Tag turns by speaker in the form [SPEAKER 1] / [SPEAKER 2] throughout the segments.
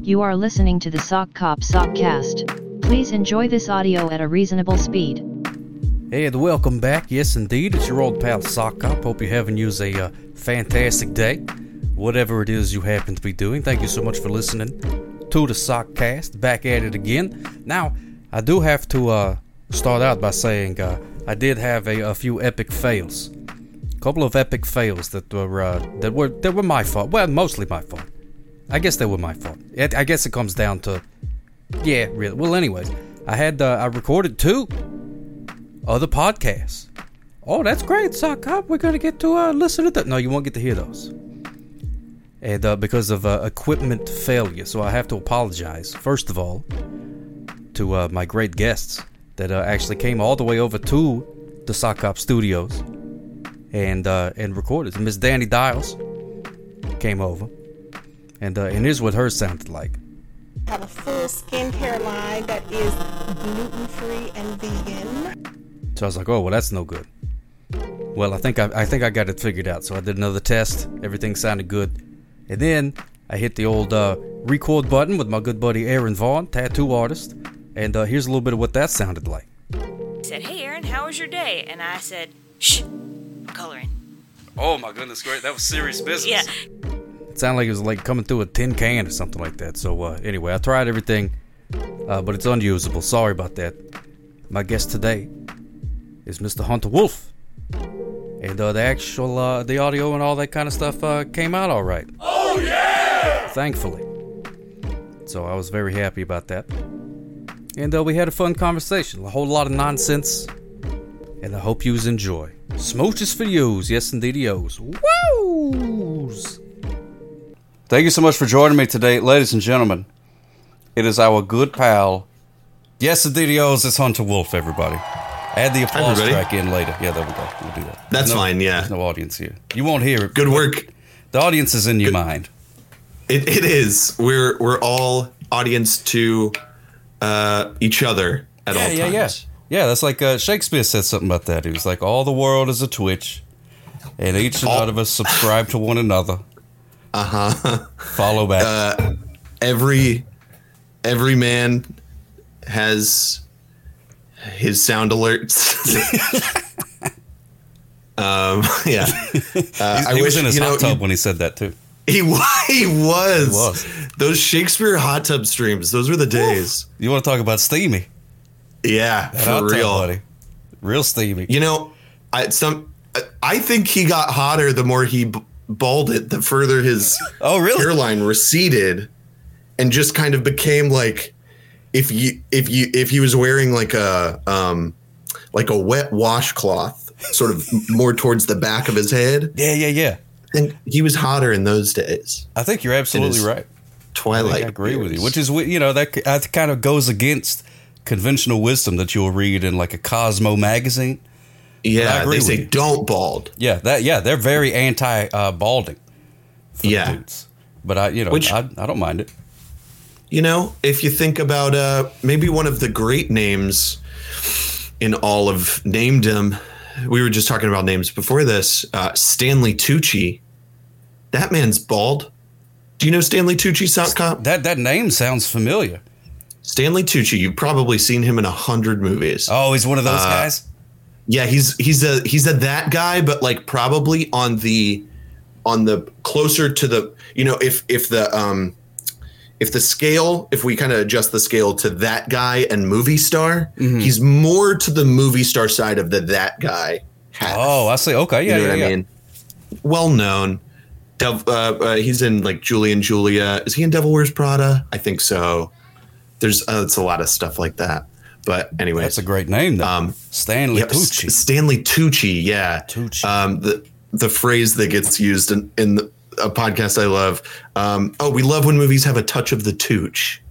[SPEAKER 1] You are listening to the Sock Cop Sockcast. Please enjoy this audio at a reasonable speed.
[SPEAKER 2] And welcome back. Yes, indeed, it's your old pal Sock Cop. Hope you're having you a uh, fantastic day, whatever it is you happen to be doing. Thank you so much for listening to the Sockcast. Back at it again. Now, I do have to uh, start out by saying uh, I did have a, a few epic fails, a couple of epic fails that were uh, that were that were my fault. Well, mostly my fault. I guess they were my fault. It, I guess it comes down to yeah, really. Well, anyways, I had uh, I recorded two other podcasts. Oh, that's great, Sock Cop. We're gonna get to uh, listen to that. No, you won't get to hear those, and uh, because of uh, equipment failure. So I have to apologize first of all to uh, my great guests that uh, actually came all the way over to the Sock Cop Studios and uh, and recorded. Miss Danny Dials came over, and uh, and here's what hers sounded like.
[SPEAKER 3] have a full skincare line that is gluten free and vegan.
[SPEAKER 2] So I was like, oh well, that's no good. Well, I think I, I think I got it figured out. So I did another test. Everything sounded good, and then I hit the old uh, record button with my good buddy Aaron Vaughn, tattoo artist. And uh, here's a little bit of what that sounded like.
[SPEAKER 4] said, Hey, Aaron, how was your day? And I said, Shh, I'm coloring.
[SPEAKER 2] Oh my goodness, great! That was serious business.
[SPEAKER 4] Yeah,
[SPEAKER 2] It sounded like it was like coming through a tin can or something like that. So uh, anyway, I tried everything, uh, but it's unusable. Sorry about that. My guest today is Mr. Hunter Wolf, and uh, the actual uh, the audio and all that kind of stuff uh, came out all right. Oh yeah! Thankfully. So I was very happy about that, and uh, we had a fun conversation. A whole lot of nonsense, and I hope yous enjoy. Smooches for yous, yes indeed, yous. Woos! Thank you so much for joining me today, ladies and gentlemen. It is our good pal, yes, Adidios, it's Hunter Wolf, everybody. Add the applause
[SPEAKER 5] Everybody?
[SPEAKER 2] track in later. Yeah, there we go. We'll do that.
[SPEAKER 5] That's
[SPEAKER 2] There's no-
[SPEAKER 5] fine, yeah.
[SPEAKER 2] There's no audience here. You won't hear it.
[SPEAKER 5] Good work.
[SPEAKER 2] The audience is in your mind.
[SPEAKER 5] It, it is. We're we're all audience to uh, each other at all times.
[SPEAKER 2] Yeah, that's like uh, Shakespeare said something about that. He was like, all the world is a twitch, and each and
[SPEAKER 5] All-
[SPEAKER 2] out of us subscribe to one another. Uh
[SPEAKER 5] Uh-huh.
[SPEAKER 2] huh. Follow back.
[SPEAKER 5] Uh, Every every man has his sound alerts. um, yeah, uh,
[SPEAKER 2] he was in his
[SPEAKER 5] you know,
[SPEAKER 2] hot tub
[SPEAKER 5] you-
[SPEAKER 2] when he said that, too.
[SPEAKER 5] he, wa- he was.
[SPEAKER 2] was.
[SPEAKER 5] Those Shakespeare hot tub streams. Those were the days.
[SPEAKER 2] You want to talk about steamy?
[SPEAKER 5] Yeah,
[SPEAKER 2] That
[SPEAKER 5] for
[SPEAKER 2] hot tub,
[SPEAKER 5] real.
[SPEAKER 2] buddy. Real steamy.
[SPEAKER 5] You know, I some I- I think he got hotter the more he b- balded, the further his
[SPEAKER 2] oh, really?
[SPEAKER 5] hairline receded, and just kind of became like if you if you if he was wearing like a um like a wet washcloth, sort of more towards the back of his head.
[SPEAKER 2] Yeah, yeah, yeah.
[SPEAKER 5] I think he was hotter in those days.
[SPEAKER 2] I think you're absolutely
[SPEAKER 5] is-
[SPEAKER 2] right. I,
[SPEAKER 5] Twilight.
[SPEAKER 2] think I agree with you,
[SPEAKER 5] years.
[SPEAKER 2] which is wi- you know that c- that kind of goes against conventional wisdom that you'll read in like a Cosmo magazine. I
[SPEAKER 5] yeah,
[SPEAKER 2] agree
[SPEAKER 5] they
[SPEAKER 2] with
[SPEAKER 5] say
[SPEAKER 2] you.
[SPEAKER 5] don't bald.
[SPEAKER 2] Yeah, that yeah, they're very anti uh, balding. For
[SPEAKER 5] Yeah.
[SPEAKER 2] dudes. but I you know
[SPEAKER 5] Which-
[SPEAKER 2] I, I don't mind it.
[SPEAKER 5] you know, if you think about uh, maybe one of the great names in all of namedom, we were just talking about names before this. Uh, Stanley Tucci, that man's bald. Do you know Stanley Tucci, sock cop?
[SPEAKER 2] That that name sounds familiar.
[SPEAKER 5] Stanley Tucci, you've probably seen him in a hundred movies.
[SPEAKER 2] Oh, he's one of
[SPEAKER 5] Uh,
[SPEAKER 2] those guys.
[SPEAKER 5] Yeah, he's he's a he's a that guy, but like probably on the on the closer to the you know if if the um if the scale if we kind of adjust the scale to that guy and movie star,
[SPEAKER 2] Mm-hmm.
[SPEAKER 5] he's more to the movie star side of the that guy. Half.
[SPEAKER 2] Oh, I see. Okay, yeah,
[SPEAKER 5] you know
[SPEAKER 2] yeah,
[SPEAKER 5] what
[SPEAKER 2] yeah.
[SPEAKER 5] I mean? Well known. Dev, uh, uh, he's in like Julie and Julia. Is he in Devil Wears Prada? I think so. There's uh, it's a lot of stuff like that. But anyway,
[SPEAKER 2] That's a great name though.
[SPEAKER 5] Um,
[SPEAKER 2] Stanley
[SPEAKER 5] Yep, S-
[SPEAKER 2] Tucci.
[SPEAKER 5] Stanley Tucci, yeah.
[SPEAKER 2] Tucci.
[SPEAKER 5] Um, the the phrase that gets used in, in the, a podcast I love. Um, oh, we love when movies have a touch of the Tooch.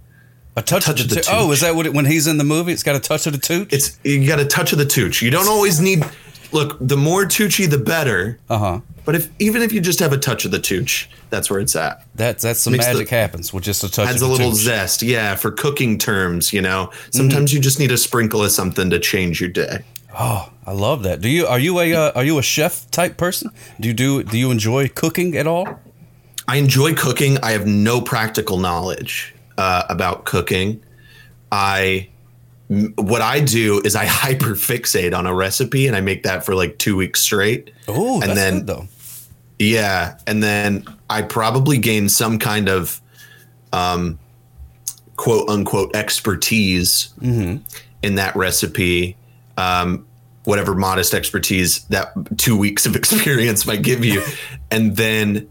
[SPEAKER 2] a touch,
[SPEAKER 5] touch
[SPEAKER 2] of the,
[SPEAKER 5] of the
[SPEAKER 2] Tooch. Oh,
[SPEAKER 5] Tooch.
[SPEAKER 2] is that what it, when he's in the movie? It's got a touch of the Tooch.
[SPEAKER 5] It's you got a touch of the Tooch. You don't always need. Look, the more Tucci, the better.
[SPEAKER 2] uh huh.
[SPEAKER 5] But if even if you just have a touch of the Tooch, that's where it's at.
[SPEAKER 2] That's that's some
[SPEAKER 5] Makes the-
[SPEAKER 2] magic happens with just a touch. of
[SPEAKER 5] Adds a
[SPEAKER 2] the
[SPEAKER 5] little
[SPEAKER 2] Tooch. Mm-hmm.
[SPEAKER 5] zest, yeah, for cooking terms. You know, sometimes you just need a sprinkle of something to change your day.
[SPEAKER 2] Oh, I love that. Do you are you a uh, are you a chef type person? Do you do do you enjoy cooking at all?
[SPEAKER 5] I enjoy cooking. I have no practical knowledge. uh, about cooking, I m- what I do is I hyperfixate on a recipe and I make that for like two weeks straight.
[SPEAKER 2] Oh,
[SPEAKER 5] and
[SPEAKER 2] that's
[SPEAKER 5] then
[SPEAKER 2] good though.
[SPEAKER 5] yeah, and then I probably gain some kind of um, quote unquote expertise in that recipe. Um, whatever modest expertise that two weeks of experience might give you, and then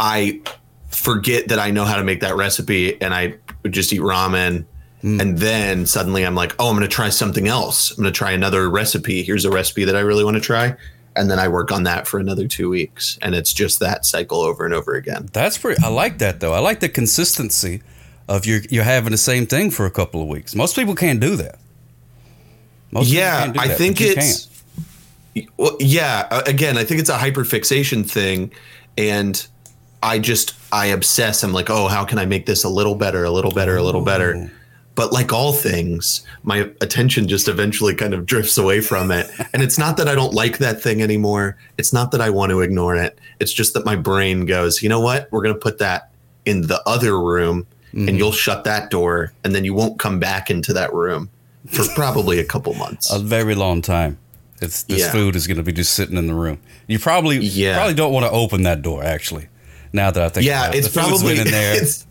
[SPEAKER 5] I forget that I know how to make that recipe, and I just eat ramen.
[SPEAKER 2] Hmm.
[SPEAKER 5] And then suddenly I'm like, oh, I'm going to try something else. I'm going to try another recipe. Here's a recipe that I really want to try. And then I work on that for another two weeks. And it's just that cycle over and over again.
[SPEAKER 2] That's pretty. I like that though. I like the consistency of you. You're having the same thing for a couple of weeks. Most people can't do that. Most people
[SPEAKER 5] yeah.
[SPEAKER 2] can't do
[SPEAKER 5] I
[SPEAKER 2] that, but
[SPEAKER 5] think
[SPEAKER 2] you
[SPEAKER 5] it's,
[SPEAKER 2] can.
[SPEAKER 5] well, yeah. uh, Again, I think it's a hyperfixation thing. And I just, I obsess. I'm like, oh, how can I make this a little better, a little better, a little better? But like all things, my attention just eventually kind of drifts away from it. And it's not that I don't like that thing anymore. It's not that I want to ignore it. It's just that my brain goes, you know what? We're going to put that in the other room and
[SPEAKER 2] Mm-hmm.
[SPEAKER 5] you'll shut that door and then you won't come back into that room for probably a couple months.
[SPEAKER 2] a very long time. It's this
[SPEAKER 5] Yeah.
[SPEAKER 2] food is going to be just sitting in the room. You probably
[SPEAKER 5] Yeah.
[SPEAKER 2] probably don't want to open that door actually. Now that I think
[SPEAKER 5] yeah,
[SPEAKER 2] about it.
[SPEAKER 5] it's
[SPEAKER 2] The food's been
[SPEAKER 5] probably
[SPEAKER 2] in there.
[SPEAKER 5] it's-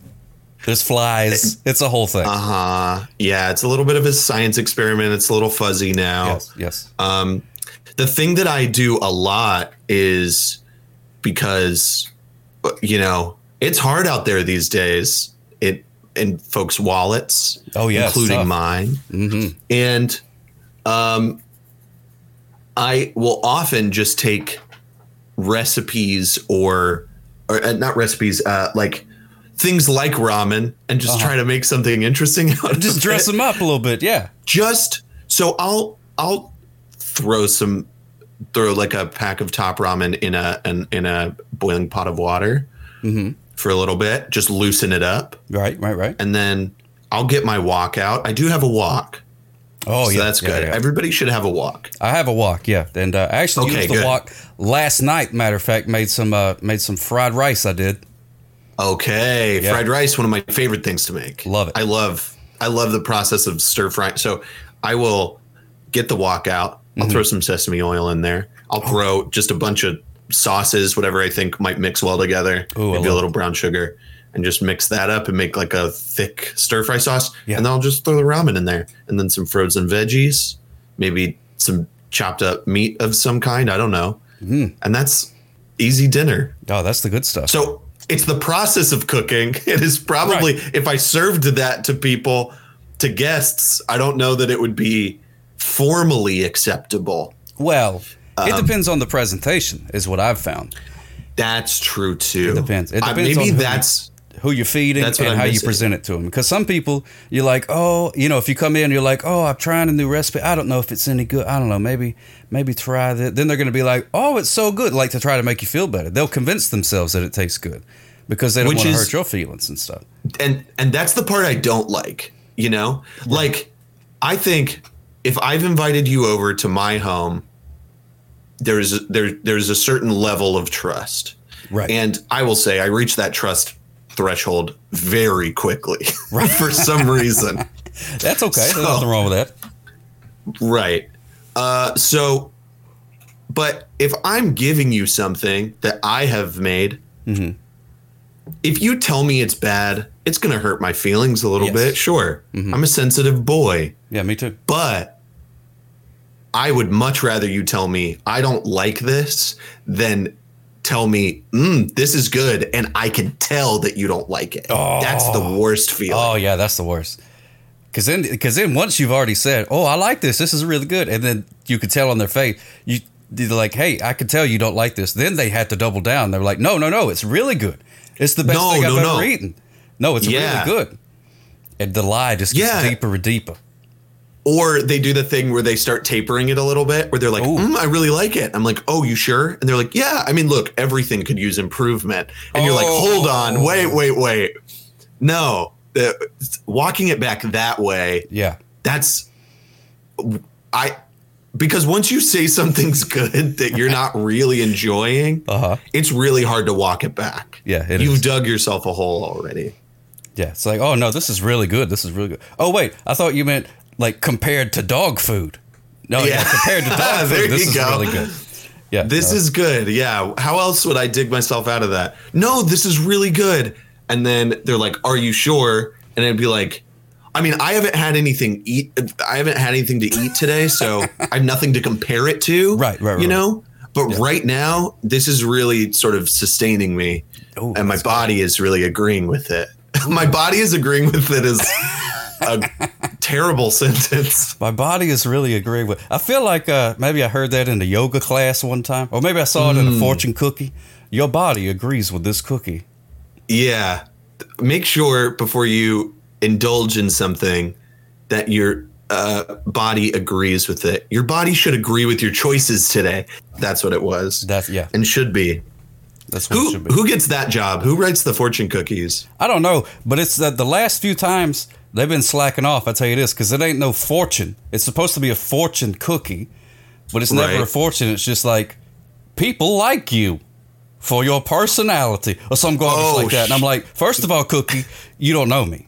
[SPEAKER 2] There's flies. It's a whole thing.
[SPEAKER 5] uh-huh. Yeah, it's a little bit of a science experiment. It's a little fuzzy now.
[SPEAKER 2] yes, yes.
[SPEAKER 5] Um, the thing that I do a lot is because, uh, you know, it's hard out there these days. It in folks' wallets,
[SPEAKER 2] Oh, yeah, Mm-hmm. it's
[SPEAKER 5] including
[SPEAKER 2] tough.
[SPEAKER 5] mine, and um, I will often just take recipes or, or uh, not recipes, uh, like things like ramen, and just try to make something interesting out of
[SPEAKER 2] Uh-huh. Just dress
[SPEAKER 5] it
[SPEAKER 2] them up a little bit. Yeah.
[SPEAKER 5] just so I'll I'll throw some throw like a pack of top ramen in a in, in a boiling pot of water
[SPEAKER 2] Mm-hmm.
[SPEAKER 5] for a little bit, just loosen it up,
[SPEAKER 2] Right. Right. Right.
[SPEAKER 5] and then I'll get my walk out. I do have a walk,
[SPEAKER 2] Oh
[SPEAKER 5] so
[SPEAKER 2] yeah.
[SPEAKER 5] that's
[SPEAKER 2] yeah,
[SPEAKER 5] good.
[SPEAKER 2] yeah.
[SPEAKER 5] Everybody should have a walk.
[SPEAKER 2] I have a walk, yeah, and uh, I actually
[SPEAKER 5] Okay,
[SPEAKER 2] used the
[SPEAKER 5] good.
[SPEAKER 2] walk last night. Matter of fact, made some uh, made some fried rice. I did.
[SPEAKER 5] Okay,
[SPEAKER 2] Yeah.
[SPEAKER 5] fried rice, one of my favorite things to make.
[SPEAKER 2] Love it.
[SPEAKER 5] I love I love the process of stir fry. So I will get the wok out. I'll
[SPEAKER 2] Mm-hmm.
[SPEAKER 5] throw some sesame oil in there. I'll
[SPEAKER 2] Oh.
[SPEAKER 5] throw just a bunch of sauces, whatever I think might mix well together.
[SPEAKER 2] Ooh, I
[SPEAKER 5] maybe a
[SPEAKER 2] love
[SPEAKER 5] little brown sugar, and just mix that up and make like a thick stir fry sauce.
[SPEAKER 2] Yeah.
[SPEAKER 5] And then I'll just throw the ramen in there, and then some frozen veggies, maybe some chopped up meat of some kind. I don't know.
[SPEAKER 2] Mm-hmm.
[SPEAKER 5] And that's easy dinner.
[SPEAKER 2] Oh, that's the good stuff.
[SPEAKER 5] So it's the process of cooking. It is probably if I served that to people, to guests, I don't know that it would be formally acceptable.
[SPEAKER 2] well, it
[SPEAKER 5] um,
[SPEAKER 2] depends on the presentation, is what I've found.
[SPEAKER 5] That's true too. It
[SPEAKER 2] depends. It depends on
[SPEAKER 5] maybe
[SPEAKER 2] who you-
[SPEAKER 5] that's
[SPEAKER 2] Who you're feeding
[SPEAKER 5] That's what
[SPEAKER 2] and
[SPEAKER 5] I'm
[SPEAKER 2] how you
[SPEAKER 5] missing.
[SPEAKER 2] present it to them. Because some people, you're like, oh, you know, if you come in, you're like, oh, I'm trying a new recipe. I don't know if it's any good. I don't know. Maybe, maybe try that. Then they're going to be like, oh, it's so good. Like to try to make you feel better. They'll convince themselves that it tastes good because they don't
[SPEAKER 5] Which
[SPEAKER 2] want to
[SPEAKER 5] is-
[SPEAKER 2] hurt your feelings and stuff.
[SPEAKER 5] and and that's the part I don't like. You know, like I think if I've invited you over to my home, there's there there's a certain level of trust.
[SPEAKER 2] Right.
[SPEAKER 5] And I will say I reached that trust threshold very quickly right. for some reason.
[SPEAKER 2] That's okay.
[SPEAKER 5] So-
[SPEAKER 2] There's nothing wrong with that.
[SPEAKER 5] Right. Uh, so, but if I'm giving you something that I have made, if you tell me it's bad, it's going to hurt my feelings a little
[SPEAKER 2] Yes.
[SPEAKER 5] bit. Sure. I'm a sensitive boy,
[SPEAKER 2] Yeah, me too.
[SPEAKER 5] but I would much rather you tell me I don't like this than tell me mm, this is good and I can tell that you don't like it. That's the worst feeling.
[SPEAKER 2] Oh yeah, that's the worst. Cause then, cause then once you've already said, "Oh, I like this. This is really good," and then you could tell on their face, you they're like, "Hey, I could tell you don't like this." Then they had to double down. They're like, "No, no, no. It's really good. It's the best
[SPEAKER 5] No,
[SPEAKER 2] thing I've
[SPEAKER 5] no,
[SPEAKER 2] ever
[SPEAKER 5] no.
[SPEAKER 2] eaten. No, it's
[SPEAKER 5] Yeah.
[SPEAKER 2] really good." And the lie just gets
[SPEAKER 5] Yeah.
[SPEAKER 2] deeper and deeper.
[SPEAKER 5] or they do the thing where they start tapering it a little bit where they're like
[SPEAKER 2] Ooh.
[SPEAKER 5] mm, i really like it i'm like oh you sure and they're like yeah i mean look everything could use improvement and you're like hold
[SPEAKER 2] Oh.
[SPEAKER 5] on wait wait wait no the, walking it back that way
[SPEAKER 2] Yeah,
[SPEAKER 5] that's i because once you say something's good that you're not really enjoying
[SPEAKER 2] uh huh.
[SPEAKER 5] it's really hard to walk it back
[SPEAKER 2] Yeah, it
[SPEAKER 5] you've
[SPEAKER 2] is.
[SPEAKER 5] dug yourself a hole already
[SPEAKER 2] Yeah, it's like, oh no, this is really good. This is really good. Oh wait, I thought you meant like compared to dog food. No, yeah,
[SPEAKER 5] Yeah.
[SPEAKER 2] compared to dog
[SPEAKER 5] There
[SPEAKER 2] food, this
[SPEAKER 5] you
[SPEAKER 2] is
[SPEAKER 5] go.
[SPEAKER 2] really good. Yeah,
[SPEAKER 5] This
[SPEAKER 2] uh,
[SPEAKER 5] is good. Yeah. How else would I dig myself out of that? No, this is really good. And then they're like, "Are you sure?" And I'd be like, "I mean, I haven't had anything eat. I haven't had anything to eat today, so I have nothing to compare it to."
[SPEAKER 2] Right, right, right,
[SPEAKER 5] You know. But right now, this is really sort of sustaining me,
[SPEAKER 2] Ooh,
[SPEAKER 5] and my
[SPEAKER 2] that's
[SPEAKER 5] body is really agreeing with it. my body is agreeing with it is a terrible sentence.
[SPEAKER 2] My body is really agreeing with. I feel like uh, maybe I heard that in a yoga class one time, or maybe I saw it in
[SPEAKER 5] Mm.
[SPEAKER 2] a fortune cookie. Your body agrees with this cookie.
[SPEAKER 5] Yeah. Make sure before you indulge in something that your uh, body agrees with it. Your body should agree with your choices today. That's what it was.
[SPEAKER 2] That's yeah.
[SPEAKER 5] and should be.
[SPEAKER 2] That's what it
[SPEAKER 5] Who
[SPEAKER 2] should be.
[SPEAKER 5] who gets that job? Who writes the fortune cookies?
[SPEAKER 2] I don't know, but it's that the last few times they've been slacking off. I tell you this because it ain't no fortune. It's supposed to be a fortune cookie, but it's never
[SPEAKER 5] Right.
[SPEAKER 2] a fortune. It's just like people like you for your personality or some garbage
[SPEAKER 5] Oh,
[SPEAKER 2] like that. And I'm
[SPEAKER 5] sh-
[SPEAKER 2] like, first of all, cookie, you don't know me.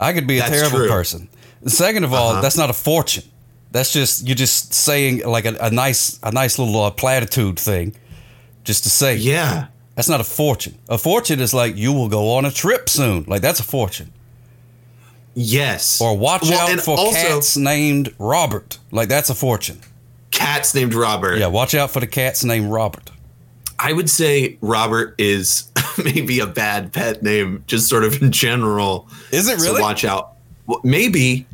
[SPEAKER 2] I could be a
[SPEAKER 5] That's
[SPEAKER 2] terrible
[SPEAKER 5] true. Uh-huh.
[SPEAKER 2] person. Second of all, that's not a fortune. That's just you're just saying like a, a nice a nice little uh, platitude thing, just to say.
[SPEAKER 5] Yeah.
[SPEAKER 2] That's not a fortune. A fortune is like you will go on a trip soon. Like that's a fortune.
[SPEAKER 5] Yes.
[SPEAKER 2] Or watch
[SPEAKER 5] Well,
[SPEAKER 2] out
[SPEAKER 5] and
[SPEAKER 2] for cats named Robert. Like that's a fortune.
[SPEAKER 5] Cats named Robert.
[SPEAKER 2] Yeah, watch out for the cats named Robert.
[SPEAKER 5] I would say Robert is maybe a bad pet name, just sort of in general.
[SPEAKER 2] Is it really?
[SPEAKER 5] So watch out. Well, maybe.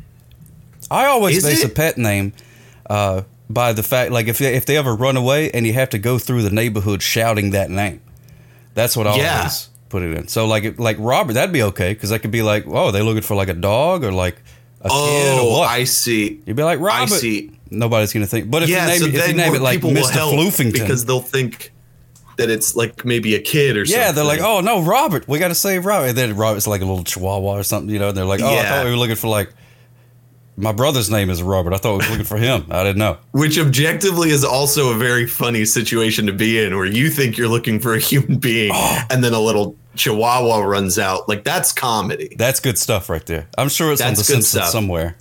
[SPEAKER 2] I always
[SPEAKER 5] Is
[SPEAKER 2] base
[SPEAKER 5] it?
[SPEAKER 2] a pet name uh, by the fact, like if they, if they ever run away and you have to go through the neighborhood shouting that name, that's what I
[SPEAKER 5] Yeah.
[SPEAKER 2] always put it in. So like if- like Robert, that'd be okay because that could be like, oh, they looking for like a dog or like a kid or
[SPEAKER 5] Oh,
[SPEAKER 2] what?
[SPEAKER 5] I see.
[SPEAKER 2] You'd be like Robert.
[SPEAKER 5] I see.
[SPEAKER 2] Nobody's gonna think. But if
[SPEAKER 5] yeah,
[SPEAKER 2] you name,
[SPEAKER 5] so
[SPEAKER 2] it, if
[SPEAKER 5] then
[SPEAKER 2] you name
[SPEAKER 5] more
[SPEAKER 2] it like
[SPEAKER 5] people will
[SPEAKER 2] Mr.
[SPEAKER 5] help
[SPEAKER 2] Floofington,
[SPEAKER 5] because they'll think that it's like maybe a kid or something.
[SPEAKER 2] yeah, they're like, oh no, Robert, we got to save Robert. And then Robert's like a little Chihuahua or something, you know. And they're like, oh, I
[SPEAKER 5] Yeah.
[SPEAKER 2] thought we were looking for like my brother's name is Robert. I thought we were looking for him. I didn't know.
[SPEAKER 5] which objectively is also a very funny situation to be in, where you think you're looking for a human being,
[SPEAKER 2] Oh.
[SPEAKER 5] and then a little chihuahua runs out. Like that's comedy,
[SPEAKER 2] That's good stuff right there. I'm sure it's on
[SPEAKER 5] That's
[SPEAKER 2] the
[SPEAKER 5] good
[SPEAKER 2] Simpsons
[SPEAKER 5] stuff.
[SPEAKER 2] somewhere.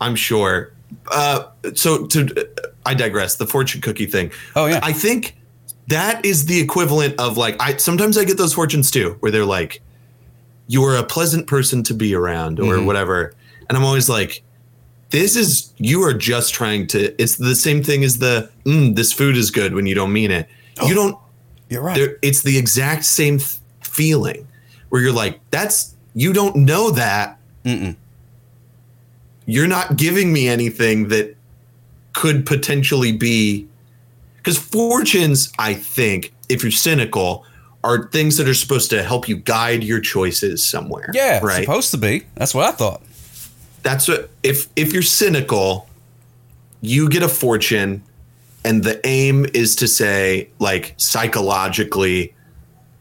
[SPEAKER 5] I'm sure. Uh, so to, I digress. The fortune cookie thing.
[SPEAKER 2] Oh, yeah.
[SPEAKER 5] I think that is the equivalent of like I sometimes I get those fortunes too, where they're like, you are a pleasant person to be around or
[SPEAKER 2] Mm-hmm.
[SPEAKER 5] whatever. And I'm always like, this is, you are just trying to, it's the same thing as the, mm, this food is good when you don't mean it.
[SPEAKER 2] Oh.
[SPEAKER 5] You don't,
[SPEAKER 2] You're right.
[SPEAKER 5] there, it's the exact same th- feeling where you're like, that's, you don't know that. You're not giving me anything that could potentially be, because fortunes, I think, if you're cynical, are things that are supposed to help you guide your choices somewhere.
[SPEAKER 2] yeah, it's
[SPEAKER 5] Right
[SPEAKER 2] supposed to be. That's what I thought.
[SPEAKER 5] that's what if if you're cynical you get a fortune and the aim is to say like psychologically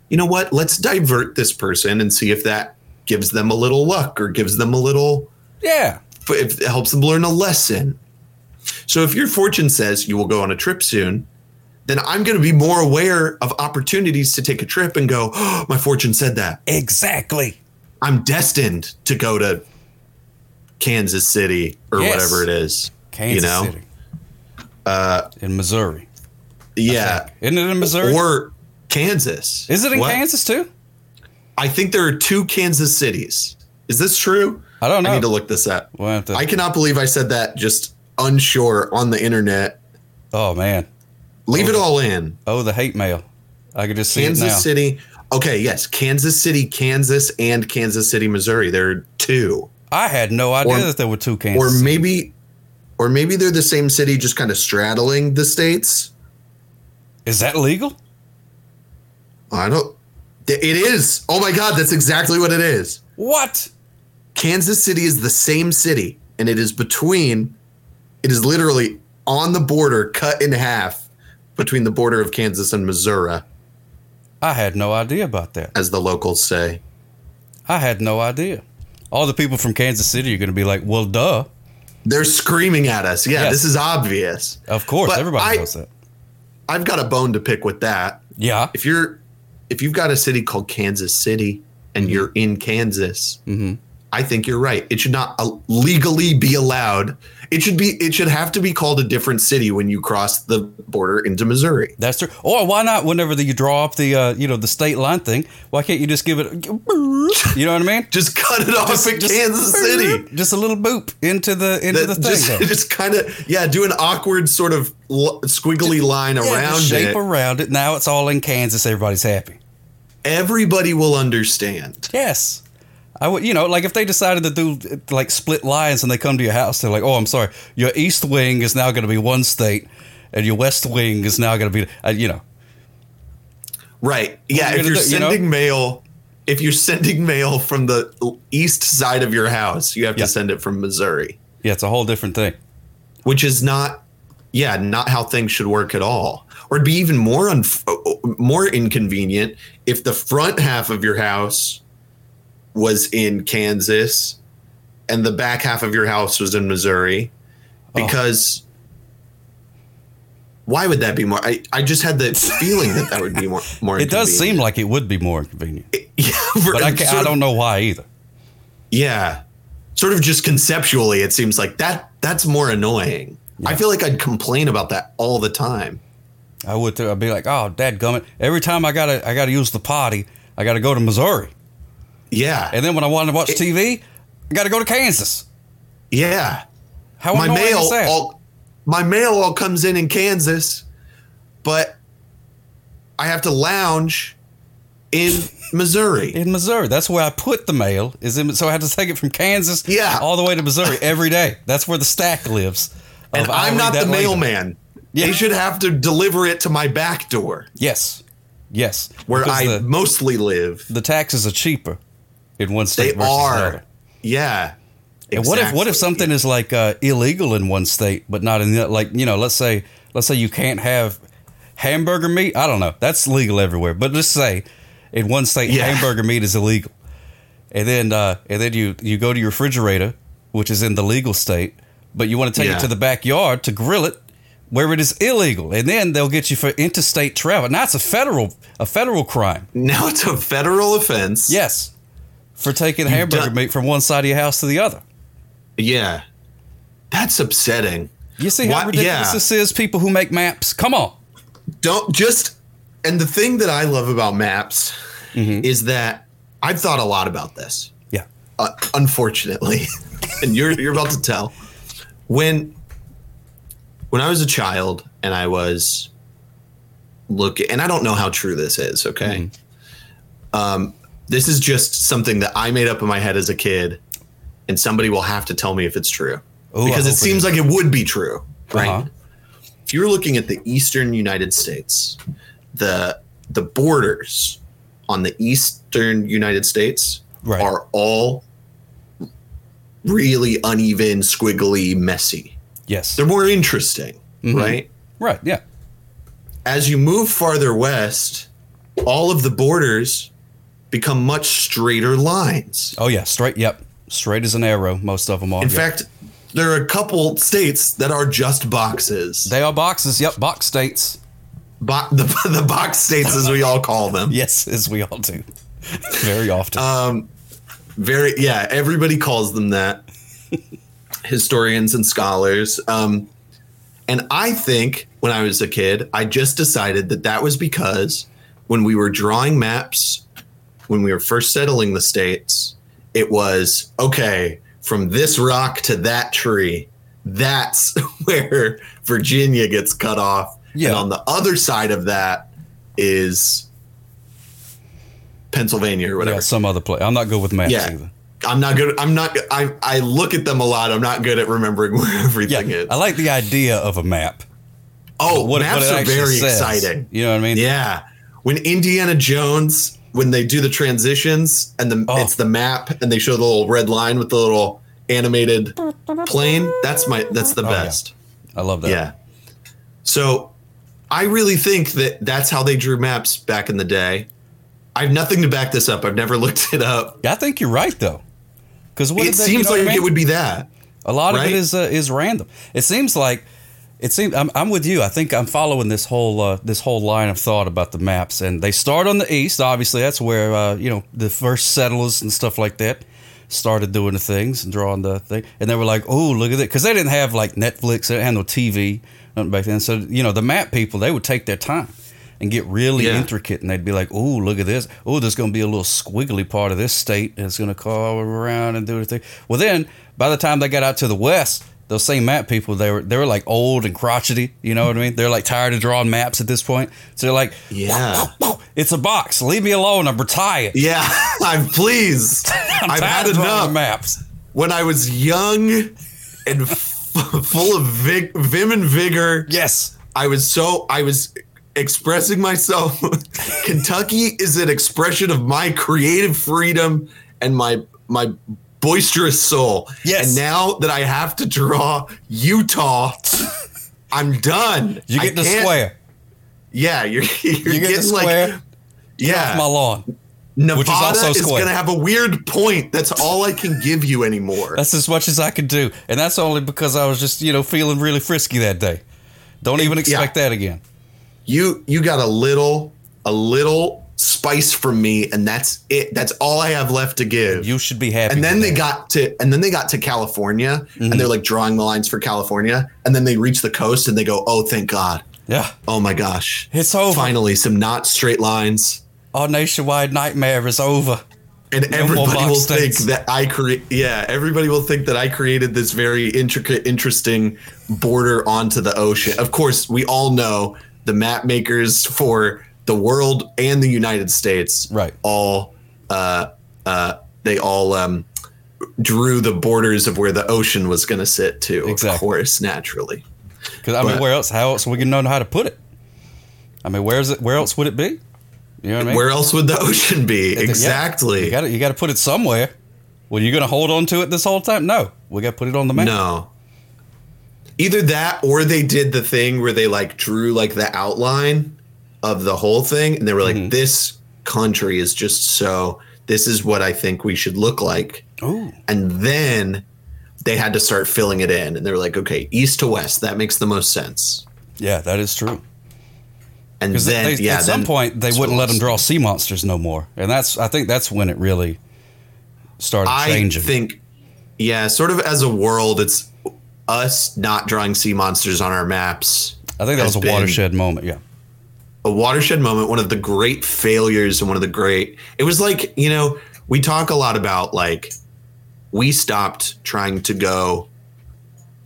[SPEAKER 5] you know what let's divert this person and see if that gives them a little luck or gives them a little
[SPEAKER 2] Yeah,
[SPEAKER 5] if it helps them learn a lesson so if your fortune says you will go on a trip soon then i'm going to be more aware of opportunities to take a trip and go oh, my fortune said that
[SPEAKER 2] exactly.
[SPEAKER 5] I'm destined to go to Kansas City or
[SPEAKER 2] Yes.
[SPEAKER 5] whatever it is.
[SPEAKER 2] Kansas
[SPEAKER 5] you know?
[SPEAKER 2] City, uh, in Missouri.
[SPEAKER 5] Yeah.
[SPEAKER 2] Isn't it in Missouri?
[SPEAKER 5] Or Kansas.
[SPEAKER 2] is it in
[SPEAKER 5] What?
[SPEAKER 2] Kansas too?
[SPEAKER 5] I think there are two Kansas cities. Is this true?
[SPEAKER 2] I don't know.
[SPEAKER 5] I need to look this up.
[SPEAKER 2] We'll have to-
[SPEAKER 5] I cannot believe I said that just unsure on the internet.
[SPEAKER 2] oh man,
[SPEAKER 5] Leave it all in.
[SPEAKER 2] oh the hate mail. I could just see it now.
[SPEAKER 5] Kansas City. Okay, yes. Kansas City, Kansas, and Kansas City, Missouri. There are two.
[SPEAKER 2] I had no idea
[SPEAKER 5] Or-
[SPEAKER 2] that there were two Kansas.
[SPEAKER 5] or
[SPEAKER 2] Cities.
[SPEAKER 5] maybe or maybe they're the same city just kind of straddling the states.
[SPEAKER 2] Is that legal?
[SPEAKER 5] I don't. Th- It is. Oh my God, that's exactly what it is.
[SPEAKER 2] What?
[SPEAKER 5] Kansas City is the same city, and it is between. It is literally on the border, cut in half, between the border of Kansas and Missouri,
[SPEAKER 2] I had no idea about that.
[SPEAKER 5] as the locals say.
[SPEAKER 2] I had no idea. All the people from Kansas City are going to be like, well, duh.
[SPEAKER 5] They're screaming at us. Yeah,
[SPEAKER 2] Yes.
[SPEAKER 5] this is obvious.
[SPEAKER 2] Of course,
[SPEAKER 5] But
[SPEAKER 2] everybody
[SPEAKER 5] I-
[SPEAKER 2] knows that.
[SPEAKER 5] I've got a bone to pick with that.
[SPEAKER 2] Yeah.
[SPEAKER 5] If you're, if you've got a city called Kansas City, and
[SPEAKER 2] Mm-hmm.
[SPEAKER 5] you're in Kansas, I think you're right. It should not uh, legally be allowed. It should be. It should have to be called a different city when you cross the border into Missouri.
[SPEAKER 2] That's true. Or why not? Whenever the, you draw up the uh, you know the state line thing, why can't you just give it? You know what I mean?
[SPEAKER 5] Just cut it off at
[SPEAKER 2] Just-
[SPEAKER 5] Kansas City.
[SPEAKER 2] Just a little boop into the into the
[SPEAKER 5] That
[SPEAKER 2] thing.
[SPEAKER 5] just,
[SPEAKER 2] there.
[SPEAKER 5] just kind of yeah, do an awkward sort of l- squiggly line
[SPEAKER 2] Yeah,
[SPEAKER 5] around
[SPEAKER 2] just shape
[SPEAKER 5] it.
[SPEAKER 2] around it. Now it's all in Kansas. Everybody's happy.
[SPEAKER 5] Everybody will understand.
[SPEAKER 2] Yes. I would, you know, like if they decided to do like split lines and they come to your house, they're like, "Oh, I'm sorry, your east wing is now going to be one state, and your west wing is now going to be, uh, you know,
[SPEAKER 5] Right. Yeah,
[SPEAKER 2] you
[SPEAKER 5] if
[SPEAKER 2] gonna
[SPEAKER 5] you're
[SPEAKER 2] do, you know?
[SPEAKER 5] sending mail, if you're sending mail from the l- east side of your house, you have
[SPEAKER 2] Yeah.
[SPEAKER 5] to send it from Missouri,
[SPEAKER 2] yeah, it's a whole different thing."
[SPEAKER 5] which is not yeah, not how things should work at all. Or it'd be even more unf- more inconvenient if the front half of your house was in Kansas and the back half of your house was in Missouri
[SPEAKER 2] Oh.
[SPEAKER 5] because why would that be more I, I just had the feeling that that would be more more
[SPEAKER 2] It does
[SPEAKER 5] inconvenient.
[SPEAKER 2] seem like it would be more inconvenient,
[SPEAKER 5] Yeah,
[SPEAKER 2] but I, ca- I don't know why either.
[SPEAKER 5] Yeah, sort of just conceptually, it seems like that that's more annoying. I feel like I'd complain about that all the time.
[SPEAKER 2] I would, too. I'd be like, "Oh, dad gummit!" Every time I gotta, I gotta use the potty, I gotta go to Missouri,
[SPEAKER 5] Yeah,
[SPEAKER 2] and then when I want to watch TV, I gotta go to Kansas.
[SPEAKER 5] yeah.
[SPEAKER 2] How
[SPEAKER 5] My
[SPEAKER 2] annoying
[SPEAKER 5] mail
[SPEAKER 2] is that?
[SPEAKER 5] all my mail all comes in in Kansas, but I have to lounge in Missouri.
[SPEAKER 2] in Missouri. That's where I put the mail. Is in, so I had to take it from Kansas,
[SPEAKER 5] Yeah.
[SPEAKER 2] all the way to Missouri every day. That's where the stack lives. of
[SPEAKER 5] and
[SPEAKER 2] I'll
[SPEAKER 5] I'm
[SPEAKER 2] read
[SPEAKER 5] not
[SPEAKER 2] that
[SPEAKER 5] the
[SPEAKER 2] later.
[SPEAKER 5] mailman.
[SPEAKER 2] Yeah.
[SPEAKER 5] They should have to deliver it to my back door,
[SPEAKER 2] Yes, yes.
[SPEAKER 5] where
[SPEAKER 2] because
[SPEAKER 5] I
[SPEAKER 2] the,
[SPEAKER 5] mostly live.
[SPEAKER 2] the taxes are cheaper in one
[SPEAKER 5] They
[SPEAKER 2] state versus
[SPEAKER 5] are,
[SPEAKER 2] another.
[SPEAKER 5] yeah.
[SPEAKER 2] And what if what if
[SPEAKER 5] Exactly.
[SPEAKER 2] something is like uh, illegal in one state but not in the like you know let's say let's say you can't have hamburger meat I don't know that's legal everywhere but let's say in one state
[SPEAKER 5] Yeah.
[SPEAKER 2] hamburger meat is illegal and then uh, and then you you go to your refrigerator which is in the legal state but you want to take
[SPEAKER 5] Yeah.
[SPEAKER 2] it to the backyard to grill it where it is illegal and then they'll get you for interstate travel now it's a federal a federal crime
[SPEAKER 5] Now it's a federal offense.
[SPEAKER 2] yes for taking hamburger
[SPEAKER 5] done-
[SPEAKER 2] meat from one side of your house to the other.
[SPEAKER 5] Yeah. That's upsetting.
[SPEAKER 2] You see how
[SPEAKER 5] Why-
[SPEAKER 2] ridiculous
[SPEAKER 5] yeah.
[SPEAKER 2] this is? People who make maps. Come on.
[SPEAKER 5] Don't just and the thing that I love about maps
[SPEAKER 2] Mm-hmm.
[SPEAKER 5] is that I've thought a lot about this.
[SPEAKER 2] Yeah.
[SPEAKER 5] Uh, unfortunately. and you're you're about to tell. When when I was a child and I was looking and I don't know how true this is, okay? Um
[SPEAKER 2] Mm-hmm.
[SPEAKER 5] this is just something that I made up in my head as a kid and somebody will have to tell me if it's true.
[SPEAKER 2] Ooh, I
[SPEAKER 5] because it
[SPEAKER 2] hope it is.
[SPEAKER 5] seems like it would be true, right?
[SPEAKER 2] Uh-huh.
[SPEAKER 5] if you're looking at the eastern United States, the the borders on the eastern United States
[SPEAKER 2] Right.
[SPEAKER 5] are all really uneven, squiggly, messy.
[SPEAKER 2] Yes.
[SPEAKER 5] They're more interesting, right?
[SPEAKER 2] Right. Yeah.
[SPEAKER 5] As you move farther west, all of the borders become much straighter lines.
[SPEAKER 2] Oh yeah. Straight. Yep. Straight as an arrow. Most of them are.
[SPEAKER 5] In
[SPEAKER 2] yep.
[SPEAKER 5] fact, there are a couple states that are just boxes.
[SPEAKER 2] they are boxes. Yep. Box states.
[SPEAKER 5] Bo- the, the box states, as we all call them.
[SPEAKER 2] Yes, as we all do, very often.
[SPEAKER 5] Uh, very yeah everybody calls them that historians and scholars um and i think when i was a kid i just decided that that was because when we were drawing maps when we were first settling the states it was okay from this rock to that tree that's where virginia gets cut off
[SPEAKER 2] Yeah.
[SPEAKER 5] and on the other side of that is pennsylvania or whatever
[SPEAKER 2] yeah. Some other place. I'm not good with maps
[SPEAKER 5] yeah.
[SPEAKER 2] either.
[SPEAKER 5] I'm not good. I'm not. I I look at them a lot. I'm not good at remembering where
[SPEAKER 2] Yeah.
[SPEAKER 5] everything is.
[SPEAKER 2] I like the idea of a map.
[SPEAKER 5] oh,
[SPEAKER 2] What,
[SPEAKER 5] maps
[SPEAKER 2] what it
[SPEAKER 5] are
[SPEAKER 2] actually
[SPEAKER 5] very
[SPEAKER 2] says.
[SPEAKER 5] exciting.
[SPEAKER 2] You know what I mean?
[SPEAKER 5] Yeah, when Indiana Jones, when they do the transitions and the
[SPEAKER 2] Oh.
[SPEAKER 5] it's the map and they show the little red line with the little animated plane. That's my. That's the
[SPEAKER 2] Oh, yeah.
[SPEAKER 5] best.
[SPEAKER 2] I love that.
[SPEAKER 5] Yeah. So I really think that that's how they drew maps back in the day. I have nothing to back this up. I've never looked it up.
[SPEAKER 2] I think you're right though. Because what
[SPEAKER 5] It
[SPEAKER 2] did they- you
[SPEAKER 5] seems
[SPEAKER 2] know what
[SPEAKER 5] like
[SPEAKER 2] I
[SPEAKER 5] it
[SPEAKER 2] mean?
[SPEAKER 5] would be that.
[SPEAKER 2] A lot of
[SPEAKER 5] Right?
[SPEAKER 2] it is uh, is random. It seems like It seems I'm, I'm with you. I think I'm following this whole uh, this whole line of thought about the maps, and they start on the east. Obviously, that's where uh, you know the first settlers and stuff like that started doing the things and drawing the thing. And they were like, "Oh, look at that," because they didn't have like Netflix, they didn't have no TV nothing back then. So you know, the map people they would take their time and get really
[SPEAKER 5] Yeah.
[SPEAKER 2] intricate, and they'd be like, "Oh, look at this. Oh, there's going to be a little squiggly part of this state, and it's going to curve around and do the thing." Well, then by the time they got out to the west. Those same map people, they were they were like old and crotchety, you know what I mean? They're like tired of drawing maps at this point, so they're like,
[SPEAKER 5] Yeah.
[SPEAKER 2] "It's a box, leave me alone, I'm retired."
[SPEAKER 5] Yeah, I'm pleased.
[SPEAKER 2] I'm
[SPEAKER 5] I've
[SPEAKER 2] tired
[SPEAKER 5] had
[SPEAKER 2] of drawing
[SPEAKER 5] enough.
[SPEAKER 2] maps.
[SPEAKER 5] When I was young and f- full of vig- vim and vigor,
[SPEAKER 2] Yes,
[SPEAKER 5] I was so I was expressing myself. Kentucky is an expression of my creative freedom and my my boisterous soul.
[SPEAKER 2] Yes.
[SPEAKER 5] And now that I have to draw Utah, I'm done.
[SPEAKER 2] you
[SPEAKER 5] I
[SPEAKER 2] get the
[SPEAKER 5] can't-
[SPEAKER 2] square.
[SPEAKER 5] Yeah, you're you're
[SPEAKER 2] You get the
[SPEAKER 5] getting
[SPEAKER 2] square.
[SPEAKER 5] like yeah.
[SPEAKER 2] off my lawn.
[SPEAKER 5] Nevada
[SPEAKER 2] which is also
[SPEAKER 5] is
[SPEAKER 2] square.
[SPEAKER 5] going to have a weird point. That's all I can give you anymore.
[SPEAKER 2] That's as much as I could do, and that's only because I was just you know feeling really frisky that day. Don't even expect that again.
[SPEAKER 5] you you got a little a little spice from me and that's it. That's all I have left to give.
[SPEAKER 2] You should be happy.
[SPEAKER 5] and then
[SPEAKER 2] with
[SPEAKER 5] they
[SPEAKER 2] that.
[SPEAKER 5] got to and then they got to California
[SPEAKER 2] Mm-hmm.
[SPEAKER 5] and they're like drawing the lines for California and then they reach the coast and they go, "Oh, thank God.
[SPEAKER 2] yeah.
[SPEAKER 5] Oh my gosh.
[SPEAKER 2] It's over.
[SPEAKER 5] Finally some not straight lines."
[SPEAKER 2] Our nationwide nightmare is over.
[SPEAKER 5] And
[SPEAKER 2] No more
[SPEAKER 5] everybody
[SPEAKER 2] box
[SPEAKER 5] will
[SPEAKER 2] states.
[SPEAKER 5] think that I create. Yeah, everybody will think that I created this very intricate, interesting border onto the ocean. Of course, we all know the map makers for the world and the United States.
[SPEAKER 2] Right.
[SPEAKER 5] All, uh, uh, they all um, drew the borders of where the ocean was going to sit too.
[SPEAKER 2] Exactly.
[SPEAKER 5] Of course, naturally.
[SPEAKER 2] Because I mean,
[SPEAKER 5] But-
[SPEAKER 2] where else? How else are we gonna know how to put it? I mean, where is it? Where else would it be? You know what I mean?
[SPEAKER 5] Where else would the ocean be?
[SPEAKER 2] Yeah.
[SPEAKER 5] Exactly.
[SPEAKER 2] You got to you got to put it somewhere. Well, you gonna hold on to it this whole time? No, we got to put it on the map.
[SPEAKER 5] No. Either that or they did the thing where they like drew like the outline of the whole thing and they were like,
[SPEAKER 2] Mm-hmm.
[SPEAKER 5] this country is just so, this is what I think we should look like.
[SPEAKER 2] Ooh.
[SPEAKER 5] And then they had to start filling it in and they were like, okay, east to west, that makes the most sense.
[SPEAKER 2] Yeah, that is true.
[SPEAKER 5] And
[SPEAKER 2] Because
[SPEAKER 5] then, yeah,
[SPEAKER 2] at some
[SPEAKER 5] then-
[SPEAKER 2] point they wouldn't let them draw sea monsters no more, and that's I think that's when it really started
[SPEAKER 5] I
[SPEAKER 2] changing.
[SPEAKER 5] think, yeah, sort of as a world, it's us not drawing sea monsters on our maps.
[SPEAKER 2] I think that
[SPEAKER 5] has
[SPEAKER 2] was a
[SPEAKER 5] been-
[SPEAKER 2] watershed moment. Yeah,
[SPEAKER 5] a watershed moment, one of the great failures and one of the great. It was like, you know, we talk a lot about like we stopped trying to go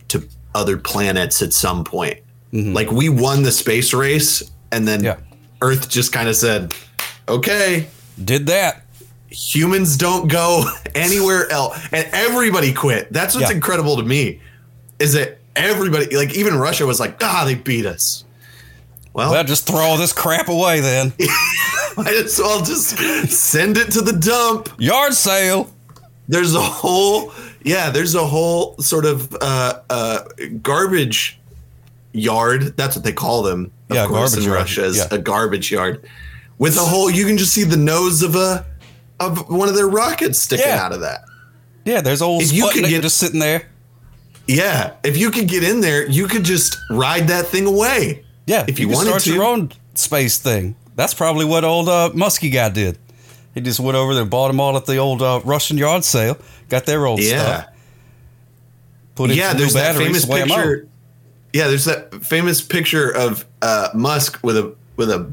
[SPEAKER 5] to other planets at some point. Like we won the space race and then
[SPEAKER 2] Mm-hmm. Yeah.
[SPEAKER 5] Earth just kind of said, "Okay,
[SPEAKER 2] did that.
[SPEAKER 5] humans don't go anywhere else." And everybody quit. That's what's
[SPEAKER 2] Yeah.
[SPEAKER 5] incredible to me is that everybody like even Russia was like, "Ah, they beat us." Well,
[SPEAKER 2] Well, just throw all this crap away then.
[SPEAKER 5] Might as well just send it to the dump.
[SPEAKER 2] Yard sale.
[SPEAKER 5] There's a whole, yeah, there's a whole sort of uh, uh, garbage yard. That's what they call them. Of
[SPEAKER 2] Yeah,
[SPEAKER 5] course,
[SPEAKER 2] garbage
[SPEAKER 5] in
[SPEAKER 2] yard.
[SPEAKER 5] Russia is
[SPEAKER 2] Yeah.
[SPEAKER 5] a garbage yard with a whole. You can just see the nose of a of one of their rockets sticking
[SPEAKER 2] Yeah.
[SPEAKER 5] out of that.
[SPEAKER 2] Yeah, there's old
[SPEAKER 5] If you could
[SPEAKER 2] Sputnik
[SPEAKER 5] get-
[SPEAKER 2] just sitting there.
[SPEAKER 5] Yeah, if you could get in there, you could just ride that thing away.
[SPEAKER 2] Yeah,
[SPEAKER 5] if you,
[SPEAKER 2] could
[SPEAKER 5] wanted
[SPEAKER 2] start
[SPEAKER 5] to.
[SPEAKER 2] your own space thing. That's probably what old uh, Muskie guy did. He just went over there, bought them all at the old uh, Russian yard sale, got their old
[SPEAKER 5] yeah.
[SPEAKER 2] stuff, put in
[SPEAKER 5] yeah,
[SPEAKER 2] some
[SPEAKER 5] there's
[SPEAKER 2] new
[SPEAKER 5] that
[SPEAKER 2] batteries,
[SPEAKER 5] famous
[SPEAKER 2] weigh 'em out.
[SPEAKER 5] picture. Yeah, there's that famous picture of uh, Musk with a with a.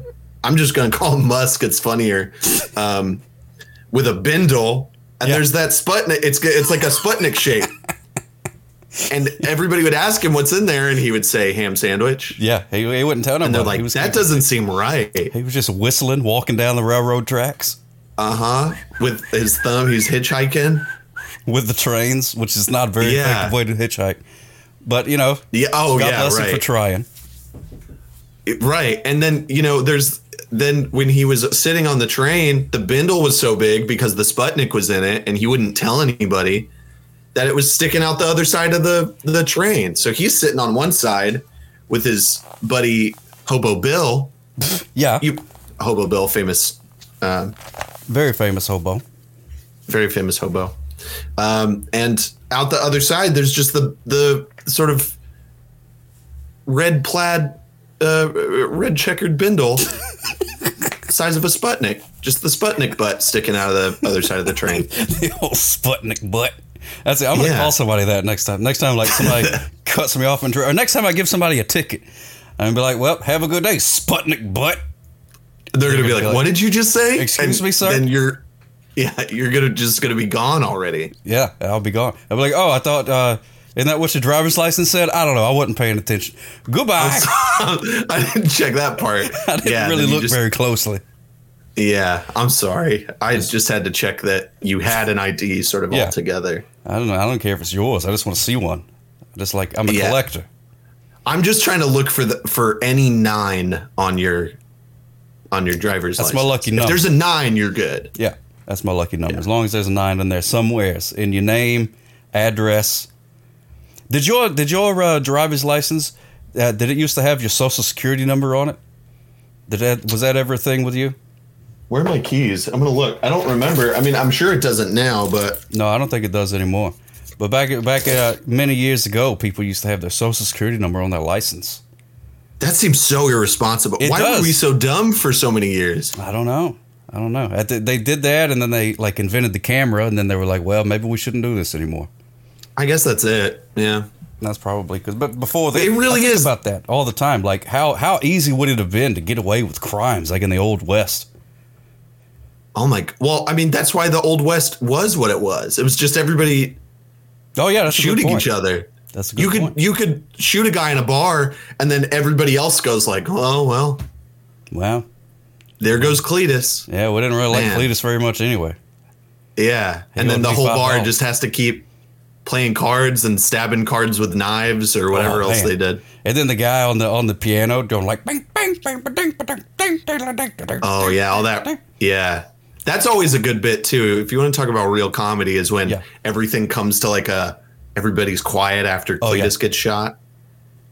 [SPEAKER 5] I'm just gonna call him Musk. It's funnier. Um, with a bindle, and
[SPEAKER 2] Yeah.
[SPEAKER 5] there's that Sputnik. It's g- it's like a Sputnik shape. And everybody would ask him what's in there, and he would say ham sandwich.
[SPEAKER 2] Yeah, he, he wouldn't tell nobody.
[SPEAKER 5] And they're
[SPEAKER 2] he
[SPEAKER 5] like,
[SPEAKER 2] was
[SPEAKER 5] that doesn't seem right.
[SPEAKER 2] He was just whistling, walking down the railroad tracks
[SPEAKER 5] Uh huh. With his thumb, he's hitchhiking.
[SPEAKER 2] with the trains, which is not a very
[SPEAKER 5] Yeah.
[SPEAKER 2] effective way to hitchhike. But you know,
[SPEAKER 5] Yeah. Oh
[SPEAKER 2] God
[SPEAKER 5] yeah.
[SPEAKER 2] bless
[SPEAKER 5] right.
[SPEAKER 2] him for trying.
[SPEAKER 5] Right. And then, you know, there's then when he was sitting on the train, the bindle was so big because the Sputnik was in it and he wouldn't tell anybody that it was sticking out the other side of the the train. So he's sitting on one side with his buddy Hobo Bill.
[SPEAKER 2] Yeah,
[SPEAKER 5] You Hobo Bill, famous uh,
[SPEAKER 2] very famous hobo.
[SPEAKER 5] very famous hobo. Um, and out the other side, there's just the the sort of red plaid, uh, red checkered bindle, size of a Sputnik, just the Sputnik butt sticking out of the other side of the train.
[SPEAKER 2] the old Sputnik butt. That's it. I'm gonna
[SPEAKER 5] Yeah.
[SPEAKER 2] call somebody that next time. Next time, like somebody cuts me off and or next time I give somebody a ticket, I'm gonna be like, "Well, have a good day, Sputnik butt."
[SPEAKER 5] They're gonna be like, "What did you just say?"
[SPEAKER 2] Excuse
[SPEAKER 5] And
[SPEAKER 2] me, sir?
[SPEAKER 5] Then you're, yeah, you're gonna just gonna be gone already.
[SPEAKER 2] Yeah, I'll be gone. I'll be like, "Oh, I thought uh, isn't that what your driver's license said?" I don't know. I wasn't paying attention. Goodbye.
[SPEAKER 5] I didn't check that part.
[SPEAKER 2] I didn't
[SPEAKER 5] yeah,
[SPEAKER 2] really
[SPEAKER 5] then you
[SPEAKER 2] look
[SPEAKER 5] just-
[SPEAKER 2] very closely.
[SPEAKER 5] Yeah, I'm sorry. I just had to check that you had an ID sort of
[SPEAKER 2] Yeah.
[SPEAKER 5] all together.
[SPEAKER 2] I don't know. I don't care if it's yours. I just want to see one. Just like I'm a
[SPEAKER 5] Yeah.
[SPEAKER 2] collector.
[SPEAKER 5] I'm just trying to look for the for any nine on your on your driver's
[SPEAKER 2] That's my
[SPEAKER 5] license.
[SPEAKER 2] lucky
[SPEAKER 5] If
[SPEAKER 2] number.
[SPEAKER 5] there's a nine, you're good.
[SPEAKER 2] Yeah, that's my lucky number. As long as there's a nine in there somewhere, it's in your name, address. Did your did your uh, driver's license? Uh, did it used to have your social security number on it? Did that was that ever a thing with you?
[SPEAKER 5] Where are my keys? I'm gonna look. I don't remember. I mean, I'm sure it doesn't now, but
[SPEAKER 2] No, I don't think it does anymore. But back back uh, many years ago, people used to have their social security number on their license.
[SPEAKER 5] that seems so irresponsible.
[SPEAKER 2] It
[SPEAKER 5] Why
[SPEAKER 2] does.
[SPEAKER 5] were we so dumb for so many years?
[SPEAKER 2] I don't know. I don't know. I thi- They did that, and then they like invented the camera, and then they were like, "Well, maybe we shouldn't do this anymore."
[SPEAKER 5] I guess that's it. Yeah.
[SPEAKER 2] That's probably because, but before that,
[SPEAKER 5] It really
[SPEAKER 2] I think
[SPEAKER 5] is.
[SPEAKER 2] about that all the time. Like how how easy would it have been to get away with crimes like in the old west?
[SPEAKER 5] Oh my. Well, I mean, that's why the old west was what it was. It was just everybody
[SPEAKER 2] Oh yeah, that's a good
[SPEAKER 5] shooting
[SPEAKER 2] point.
[SPEAKER 5] each other.
[SPEAKER 2] That's a good
[SPEAKER 5] you could
[SPEAKER 2] point.
[SPEAKER 5] you could shoot a guy in a bar, and then everybody else goes like, "Oh well,
[SPEAKER 2] Wow.
[SPEAKER 5] there goes Cletus."
[SPEAKER 2] Yeah, we didn't really like
[SPEAKER 5] Man.
[SPEAKER 2] Cletus very much anyway.
[SPEAKER 5] Yeah, and
[SPEAKER 2] owed
[SPEAKER 5] then the
[SPEAKER 2] me
[SPEAKER 5] whole
[SPEAKER 2] five
[SPEAKER 5] bar
[SPEAKER 2] dollars.
[SPEAKER 5] just has to keep playing cards and stabbing cards with knives or whatever
[SPEAKER 2] Oh,
[SPEAKER 5] else
[SPEAKER 2] man.
[SPEAKER 5] they did.
[SPEAKER 2] And then the guy on the on the piano doing like bang bang bang ba, ding ba, ding ding ding ding, ding ding.
[SPEAKER 5] Oh yeah, all that. Yeah, that's always a good bit too. If you want to talk about real comedy, is when
[SPEAKER 2] Yeah.
[SPEAKER 5] everything comes to like a everybody's quiet after Cletus
[SPEAKER 2] Oh, yeah.
[SPEAKER 5] gets shot,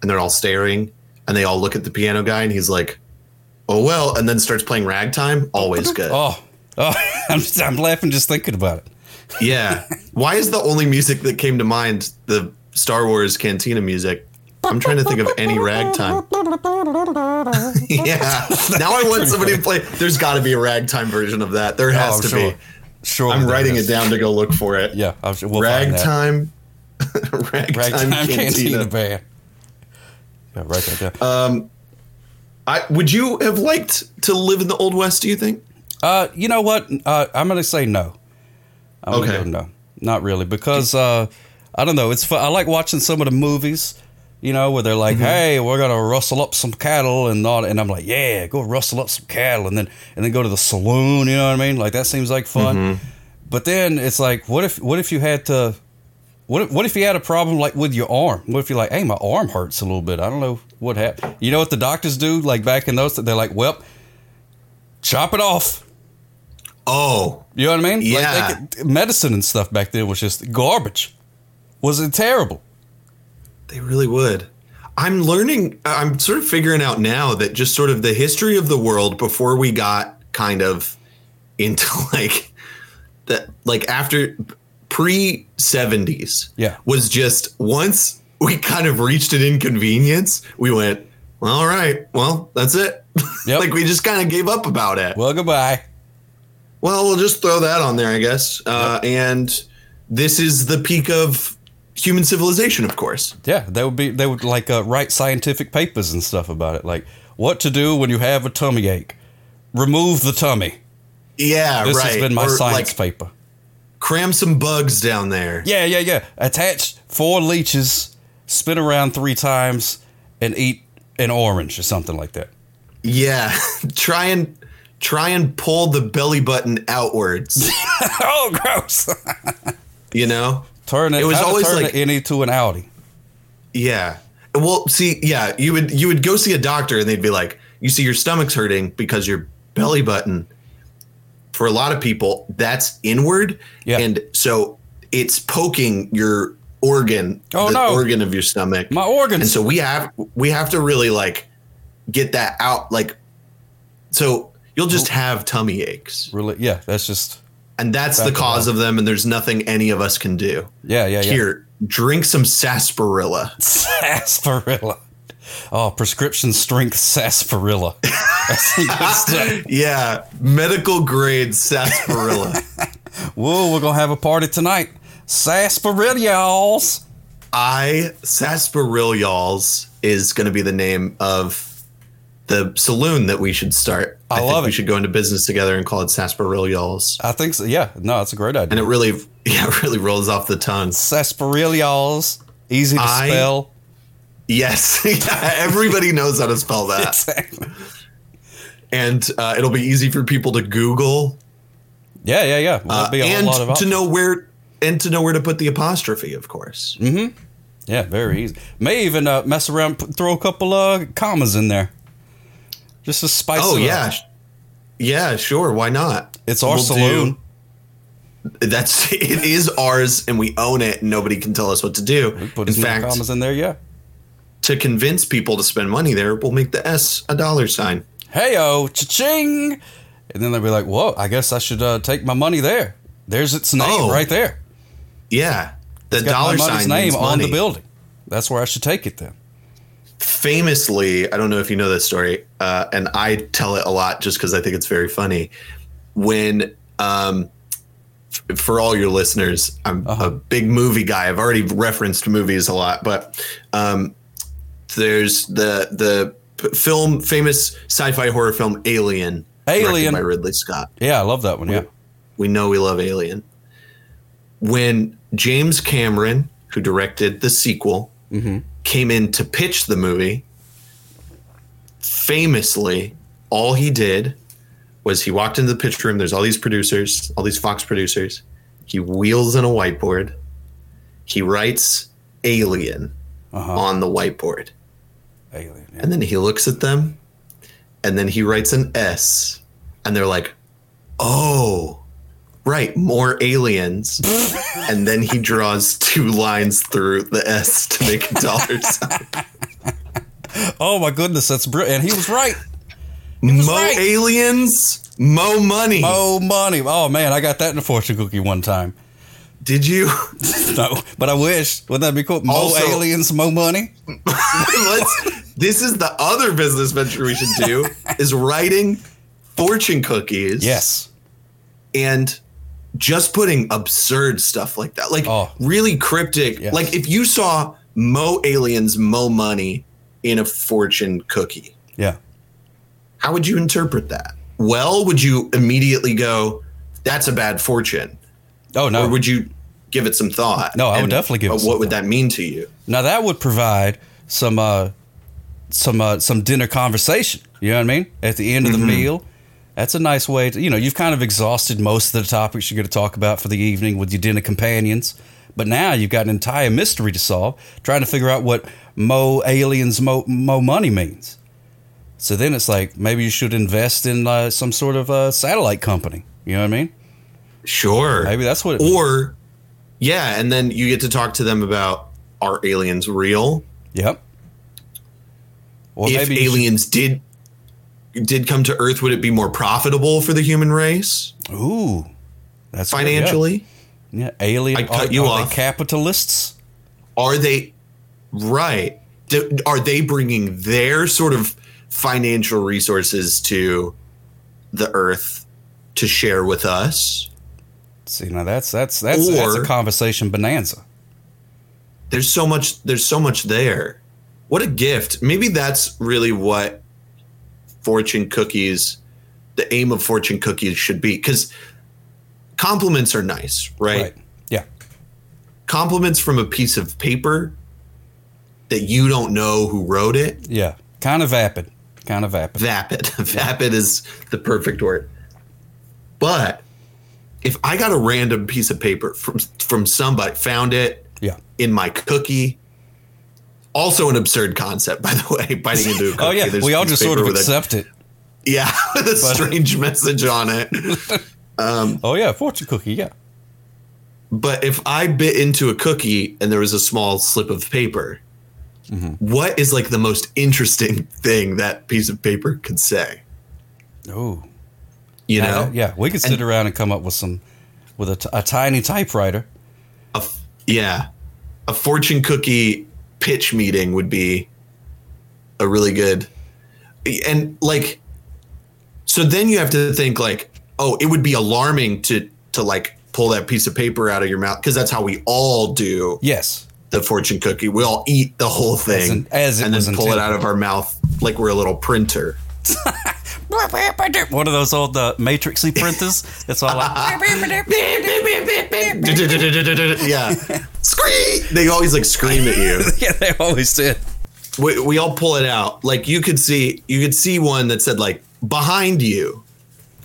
[SPEAKER 5] and they're all staring, and they all look at the piano guy, and he's like, "Oh well," and then starts playing ragtime. Always good.
[SPEAKER 2] Oh, oh, I'm just, I'm laughing just thinking about it.
[SPEAKER 5] Yeah. Why is the only music that came to mind the Star Wars Cantina music? I'm trying to think of any ragtime. yeah. Now I want somebody to play. There's got to be a ragtime version of that. There has
[SPEAKER 2] oh,
[SPEAKER 5] to
[SPEAKER 2] sure.
[SPEAKER 5] be.
[SPEAKER 2] Sure.
[SPEAKER 5] I'm
[SPEAKER 2] there
[SPEAKER 5] writing
[SPEAKER 2] is.
[SPEAKER 5] it down to go look for it.
[SPEAKER 2] Yeah, I'm sure we'll find that.
[SPEAKER 5] Ragtime. ragtime.
[SPEAKER 2] Ragtime
[SPEAKER 5] Cantina.
[SPEAKER 2] Cantina Band. Yeah, right there. yeah.
[SPEAKER 5] I, would you have liked to live in the Old West, do you think?
[SPEAKER 2] Uh, you know what? Uh, I'm gonna say no. I'm
[SPEAKER 5] Okay.
[SPEAKER 2] gonna go no, not really, because uh, I don't know. It's fun. I like watching some of the movies, you know, where they're like, "Hey, we're gonna rustle up some cattle," and all, and I'm like, "Yeah, go rustle up some cattle," and then and then go to the saloon. You know what I mean? Like that seems like fun. But then it's like, what if what if you had to? What if, what if you had a problem like with your arm? What if you're like, hey, my arm hurts a little bit. I don't know what happened. You know what the doctors do? Like back in those, they're like, well, chop it off.
[SPEAKER 5] Oh,
[SPEAKER 2] You know what I mean?
[SPEAKER 5] Yeah.
[SPEAKER 2] Like, they could- medicine and stuff back then was just garbage. Was it terrible?
[SPEAKER 5] They really would. I'm learning, I'm sort of figuring out now that just sort of the history of the world before we got kind of into like that, like after pre 70s,
[SPEAKER 2] Yeah.
[SPEAKER 5] was just once we kind of reached an inconvenience, we went, well, all right, well, that's it.
[SPEAKER 2] Yep.
[SPEAKER 5] like we just kind of gave up about it.
[SPEAKER 2] Well, goodbye.
[SPEAKER 5] Well, we'll just throw that on there, I guess. Uh, And this is the peak of human civilization, of course.
[SPEAKER 2] Yeah, they would be. They would like uh, write scientific papers and stuff about it, like what to do when you have a tummy ache. Remove the tummy.
[SPEAKER 5] Yeah,
[SPEAKER 2] This
[SPEAKER 5] right.
[SPEAKER 2] has been my
[SPEAKER 5] Or,
[SPEAKER 2] science
[SPEAKER 5] like,
[SPEAKER 2] paper.
[SPEAKER 5] Cram some bugs down there.
[SPEAKER 2] Yeah, yeah, yeah. Attach four leeches, spin around three times, and eat an orange or something like that.
[SPEAKER 5] Yeah. try and try and pull the belly button outwards.
[SPEAKER 2] oh, gross!
[SPEAKER 5] you know.
[SPEAKER 2] turn it. It was always turn like an innie to an outie.
[SPEAKER 5] Yeah. Well, see, yeah, you would you would go see a doctor and they'd be like, "You see, your stomach's hurting because your belly button." For a lot of people, that's inward,
[SPEAKER 2] Yeah.
[SPEAKER 5] and so it's poking your organ,
[SPEAKER 2] Oh,
[SPEAKER 5] the
[SPEAKER 2] no.
[SPEAKER 5] organ of your stomach.
[SPEAKER 2] My organs.
[SPEAKER 5] and so we have we have to really like get that out like so you'll just have tummy aches
[SPEAKER 2] Really? Yeah, that's just.
[SPEAKER 5] and that's the
[SPEAKER 2] That's
[SPEAKER 5] cause of them and there's nothing any of us can do
[SPEAKER 2] Yeah, yeah, yeah.
[SPEAKER 5] here drink some sarsaparilla
[SPEAKER 2] sarsaparilla. Oh, prescription strength sarsaparilla. That's the good stuff.
[SPEAKER 5] Yeah, medical grade sarsaparilla.
[SPEAKER 2] Whoa, we're gonna have a party tonight. Sarsaparilla, y'alls.
[SPEAKER 5] I sarsaparilla y'alls is going to be the name of the saloon that we should start.
[SPEAKER 2] I
[SPEAKER 5] think
[SPEAKER 2] love
[SPEAKER 5] We
[SPEAKER 2] it.
[SPEAKER 5] should go into business together and call it sarsaparilla y'alls.
[SPEAKER 2] I think so. Yeah, no, that's a great idea.
[SPEAKER 5] And it really, yeah, it really rolls off the tongue.
[SPEAKER 2] Sarsaparilla, y'alls. Easy to
[SPEAKER 5] I-
[SPEAKER 2] spell.
[SPEAKER 5] Yes, yeah, everybody knows how to spell that,
[SPEAKER 2] Exactly.
[SPEAKER 5] and uh, it'll be easy for people to Google
[SPEAKER 2] Yeah, yeah, yeah. Won't
[SPEAKER 5] uh,
[SPEAKER 2] be a whole
[SPEAKER 5] and
[SPEAKER 2] lot of
[SPEAKER 5] to
[SPEAKER 2] options.
[SPEAKER 5] know where and to know where to put the apostrophe, of course.
[SPEAKER 2] Yeah, very easy. May even uh, mess around, p- throw a couple uh, commas in there, just to spice
[SPEAKER 5] Oh
[SPEAKER 2] it up.
[SPEAKER 5] yeah, yeah, sure. Why not?
[SPEAKER 2] It's our
[SPEAKER 5] We'll do-
[SPEAKER 2] saloon.
[SPEAKER 5] that's it is ours, and we own it. And nobody can tell us what to do.
[SPEAKER 2] Put
[SPEAKER 5] In
[SPEAKER 2] as many
[SPEAKER 5] fact,
[SPEAKER 2] commas in there, yeah.
[SPEAKER 5] to convince people to spend money there, we'll make the S a dollar sign.
[SPEAKER 2] Hey oh, cha-ching, and then they'll be like, "Whoa, I guess I should uh, take my money there." There's its name
[SPEAKER 5] Oh.
[SPEAKER 2] right there.
[SPEAKER 5] Yeah, the
[SPEAKER 2] Got
[SPEAKER 5] dollar
[SPEAKER 2] my money's
[SPEAKER 5] sign
[SPEAKER 2] name
[SPEAKER 5] means
[SPEAKER 2] on the
[SPEAKER 5] money.
[SPEAKER 2] building. That's where I should take it then.
[SPEAKER 5] famously, I don't know if you know this story, uh, and I tell it a lot just because I think it's very funny. When, um, f- for all your listeners, I'm a big movie guy. I've already referenced movies a lot, but um, there's the the p- film, famous sci-fi horror film Alien, directed
[SPEAKER 2] Alien.
[SPEAKER 5] by Ridley Scott.
[SPEAKER 2] Yeah, I love that one. Yeah,
[SPEAKER 5] We know we love Alien. When James Cameron, who directed the sequel, came in to pitch the movie, famously, all he did was he walked into the pitch room. There's all these producers, all these Fox producers. He wheels in a whiteboard. He writes Alien on the whiteboard.
[SPEAKER 2] Alien. yeah.
[SPEAKER 5] And then he looks at them and then he writes an S. And they're like, oh, right, more aliens. and then he draws two lines through the S to make a dollar sign.
[SPEAKER 2] Oh my goodness, that's brilliant. And he was right.
[SPEAKER 5] Mo
[SPEAKER 2] right.
[SPEAKER 5] aliens, mo money.
[SPEAKER 2] Oh money. Oh man, I got that in a fortune cookie one time.
[SPEAKER 5] Did you?
[SPEAKER 2] No, but I wish. Wouldn't that be cool? Mo
[SPEAKER 5] Also-
[SPEAKER 2] aliens, mo money.
[SPEAKER 5] Let's, this is the other business venture we should do is writing fortune cookies.
[SPEAKER 2] Yes.
[SPEAKER 5] and just putting absurd stuff like that, like
[SPEAKER 2] Oh.
[SPEAKER 5] really cryptic.
[SPEAKER 2] Yes.
[SPEAKER 5] Like if you saw Mo aliens, Mo money in a fortune cookie,
[SPEAKER 2] Yeah.
[SPEAKER 5] how would you interpret that? Well, would you immediately go, "That's a bad fortune,"
[SPEAKER 2] Oh no.
[SPEAKER 5] or would you give it some thought?
[SPEAKER 2] No, I would definitely give it
[SPEAKER 5] uh, What
[SPEAKER 2] some
[SPEAKER 5] would that mean to you?
[SPEAKER 2] Now that would provide some uh, some uh, some dinner conversation. You know what I mean? At the end of
[SPEAKER 5] Mm-hmm.
[SPEAKER 2] the meal, that's a nice way to you know you've kind of exhausted most of the topics you're going to talk about for the evening with your dinner companions. But now you've got an entire mystery to solve, trying to figure out what mo aliens mo, mo money means. So then it's like maybe you should invest in uh, some sort of uh, satellite company. You know what I mean?
[SPEAKER 5] Sure.
[SPEAKER 2] Maybe that's what. It
[SPEAKER 5] or yeah, and then you get to talk to them about are aliens real?
[SPEAKER 2] Yep. Or
[SPEAKER 5] if
[SPEAKER 2] you should-
[SPEAKER 5] aliens did did come to Earth, would it be more profitable for the human race
[SPEAKER 2] ooh, that's good, yeah.
[SPEAKER 5] financially?
[SPEAKER 2] Yeah, alien.
[SPEAKER 5] I cut
[SPEAKER 2] are,
[SPEAKER 5] you
[SPEAKER 2] are they
[SPEAKER 5] off.
[SPEAKER 2] capitalists?
[SPEAKER 5] Are they right? Do, are they bringing their sort of financial resources to the Earth to share with us?
[SPEAKER 2] See, now that's that's that's, that's a
[SPEAKER 5] Or-
[SPEAKER 2] conversation bonanza.
[SPEAKER 5] There's so much. There's so much there. What a gift! Maybe that's really what fortune cookies, the aim of fortune cookies should be. Because compliments are nice, right?
[SPEAKER 2] Yeah.
[SPEAKER 5] compliments from a piece of paper that you don't know who wrote it,
[SPEAKER 2] Yeah. Kind of vapid. Kind of vapid.
[SPEAKER 5] vapid. vapid is the perfect word. But if I got a random piece of paper from from somebody, found it
[SPEAKER 2] yeah.
[SPEAKER 5] in my cookie, also an absurd concept, by the way, biting into a cookie.
[SPEAKER 2] Oh yeah.
[SPEAKER 5] there's
[SPEAKER 2] we
[SPEAKER 5] a
[SPEAKER 2] all
[SPEAKER 5] piece
[SPEAKER 2] just sort of
[SPEAKER 5] paper with a-
[SPEAKER 2] accept it.
[SPEAKER 5] yeah, with a strange message on it.
[SPEAKER 2] Oh yeah, fortune cookie. Yeah.
[SPEAKER 5] But if I bit into a cookie and there was a small slip of paper, what is like the most interesting thing that piece of paper could say?
[SPEAKER 2] Oh.
[SPEAKER 5] You know,
[SPEAKER 2] Yeah. We could sit
[SPEAKER 5] And-
[SPEAKER 2] around and come up with some, with a, t- a tiny typewriter.
[SPEAKER 5] a f- yeah, a fortune cookie pitch meeting would be. a really good and like so then you have to think like oh it would be alarming to to like pull that piece of paper out of your mouth because that's how we all do
[SPEAKER 2] Yes.
[SPEAKER 5] the fortune cookie we all eat the whole thing
[SPEAKER 2] in- as it
[SPEAKER 5] and
[SPEAKER 2] was
[SPEAKER 5] then pull it
[SPEAKER 2] intended.
[SPEAKER 5] out of our mouth like we're a little printer
[SPEAKER 2] One of those old uh, matrixy printers. That's all. I,
[SPEAKER 5] yeah scream they always like scream at you
[SPEAKER 2] yeah, they always said.
[SPEAKER 5] we, we all pull it out like you could see you could see one that said like behind you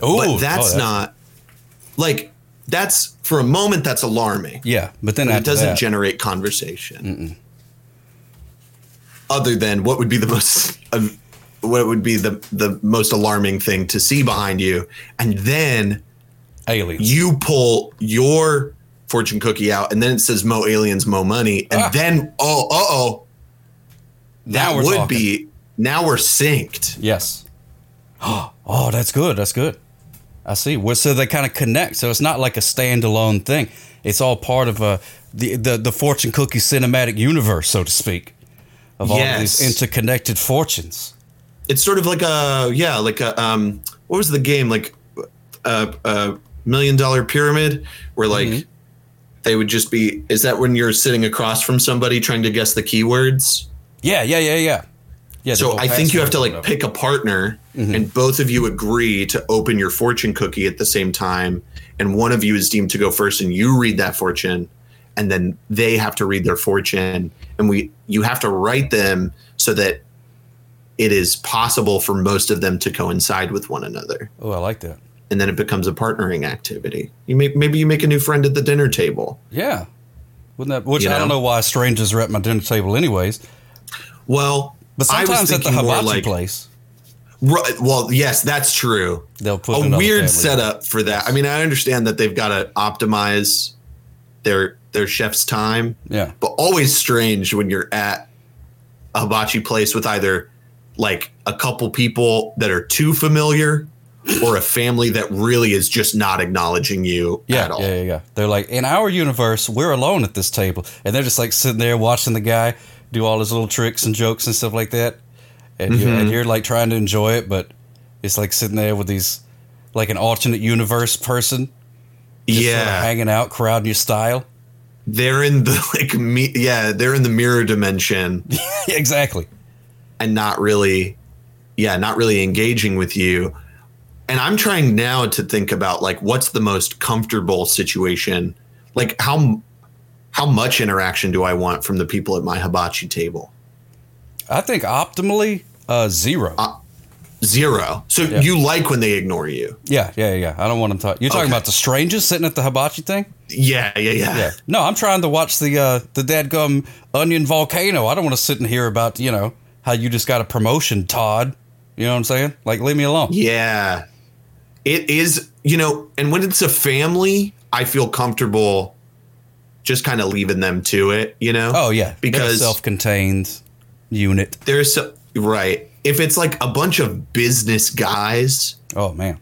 [SPEAKER 2] Ooh,
[SPEAKER 5] but
[SPEAKER 2] oh,
[SPEAKER 5] that's not like that's for a moment that's alarming
[SPEAKER 2] Yeah, but then
[SPEAKER 5] but
[SPEAKER 2] after
[SPEAKER 5] it doesn't
[SPEAKER 2] that,
[SPEAKER 5] generate conversation other than what would be the most um, what would be the the most alarming thing to see behind you and then
[SPEAKER 2] aliens.
[SPEAKER 5] you pull your fortune cookie out and then it says mo aliens mo money and
[SPEAKER 2] Ah.
[SPEAKER 5] then oh uh-oh
[SPEAKER 2] Now
[SPEAKER 5] that
[SPEAKER 2] we're
[SPEAKER 5] would
[SPEAKER 2] talking.
[SPEAKER 5] be now we're synced
[SPEAKER 2] Yes. Oh, that's good. That's good. I see. Well, so they kind of connect. So it's not like a standalone thing. It's all part of uh, the, the the fortune cookie cinematic universe, so to speak, of all of these
[SPEAKER 5] Yes.
[SPEAKER 2] interconnected fortunes.
[SPEAKER 5] it's sort of like a yeah like a um what was the game like a, a million dollar pyramid where like they would just be is that when you're sitting across from somebody trying to guess the keywords
[SPEAKER 2] Yeah, yeah, yeah, yeah. Yeah.
[SPEAKER 5] so i think you have to like pick a partner
[SPEAKER 2] Mm-hmm.
[SPEAKER 5] and both of you agree to open your fortune cookie at the same time and one of you is deemed to go first and you read that fortune and then they have to read their fortune and we you have to write them so that it is possible for most of them to coincide with one another
[SPEAKER 2] Oh, I like that.
[SPEAKER 5] and then it becomes a partnering activity. You may, maybe you make a new friend at the dinner table.
[SPEAKER 2] Yeah. Wouldn't that? Which
[SPEAKER 5] You
[SPEAKER 2] I don't
[SPEAKER 5] know?
[SPEAKER 2] know why strangers are at my dinner table, anyways.
[SPEAKER 5] Well,
[SPEAKER 2] But
[SPEAKER 5] I was
[SPEAKER 2] sometimes at the
[SPEAKER 5] thinking more
[SPEAKER 2] hibachi
[SPEAKER 5] like-
[SPEAKER 2] place,
[SPEAKER 5] Ri- well, yes, that's true.
[SPEAKER 2] they'll put
[SPEAKER 5] A
[SPEAKER 2] another family.
[SPEAKER 5] weird setup for that. I mean, I understand that they've got to optimize their their chef's time,
[SPEAKER 2] Yeah.
[SPEAKER 5] but always strange when you're at a hibachi place with either like a couple people that are too familiar or a family that really is just not acknowledging you
[SPEAKER 2] Yeah,
[SPEAKER 5] at all.
[SPEAKER 2] yeah, yeah, yeah. They're like, in our universe, we're alone at this table, and they're just like sitting there watching the guy do all his little tricks and jokes and stuff like that, and you're,
[SPEAKER 5] Mm-hmm.
[SPEAKER 2] and you're like trying to enjoy it, but it's like sitting there with these, like an alternate universe person, just sort of
[SPEAKER 5] Yeah.
[SPEAKER 2] hanging out, crowding your style.
[SPEAKER 5] they're in the like me yeah they're in the mirror dimension
[SPEAKER 2] exactly.
[SPEAKER 5] and not really yeah not really engaging with you and i'm trying now to think about like what's the most comfortable situation like how m- how much interaction do i want from the people at my hibachi table
[SPEAKER 2] I think optimally, uh, zero.
[SPEAKER 5] zero so
[SPEAKER 2] Yeah.
[SPEAKER 5] you like when they ignore you
[SPEAKER 2] yeah, yeah, yeah. I don't want to talk. You're talking
[SPEAKER 5] Okay.
[SPEAKER 2] about the strangers sitting at the hibachi thing.
[SPEAKER 5] yeah yeah yeah,
[SPEAKER 2] Yeah. No, I'm trying to watch the uh, the dadgum onion volcano. I don't want to sit and hear about you know how you just got a promotion, Todd. You know what I'm saying? Like, leave me alone.
[SPEAKER 5] Yeah. It is, you know, and when it's a family, I feel comfortable just kind of leaving them to it, you know?
[SPEAKER 2] Oh yeah,
[SPEAKER 5] Because
[SPEAKER 2] self contained unit.
[SPEAKER 5] there's so, right. If it's like a bunch of business guys,
[SPEAKER 2] Oh man.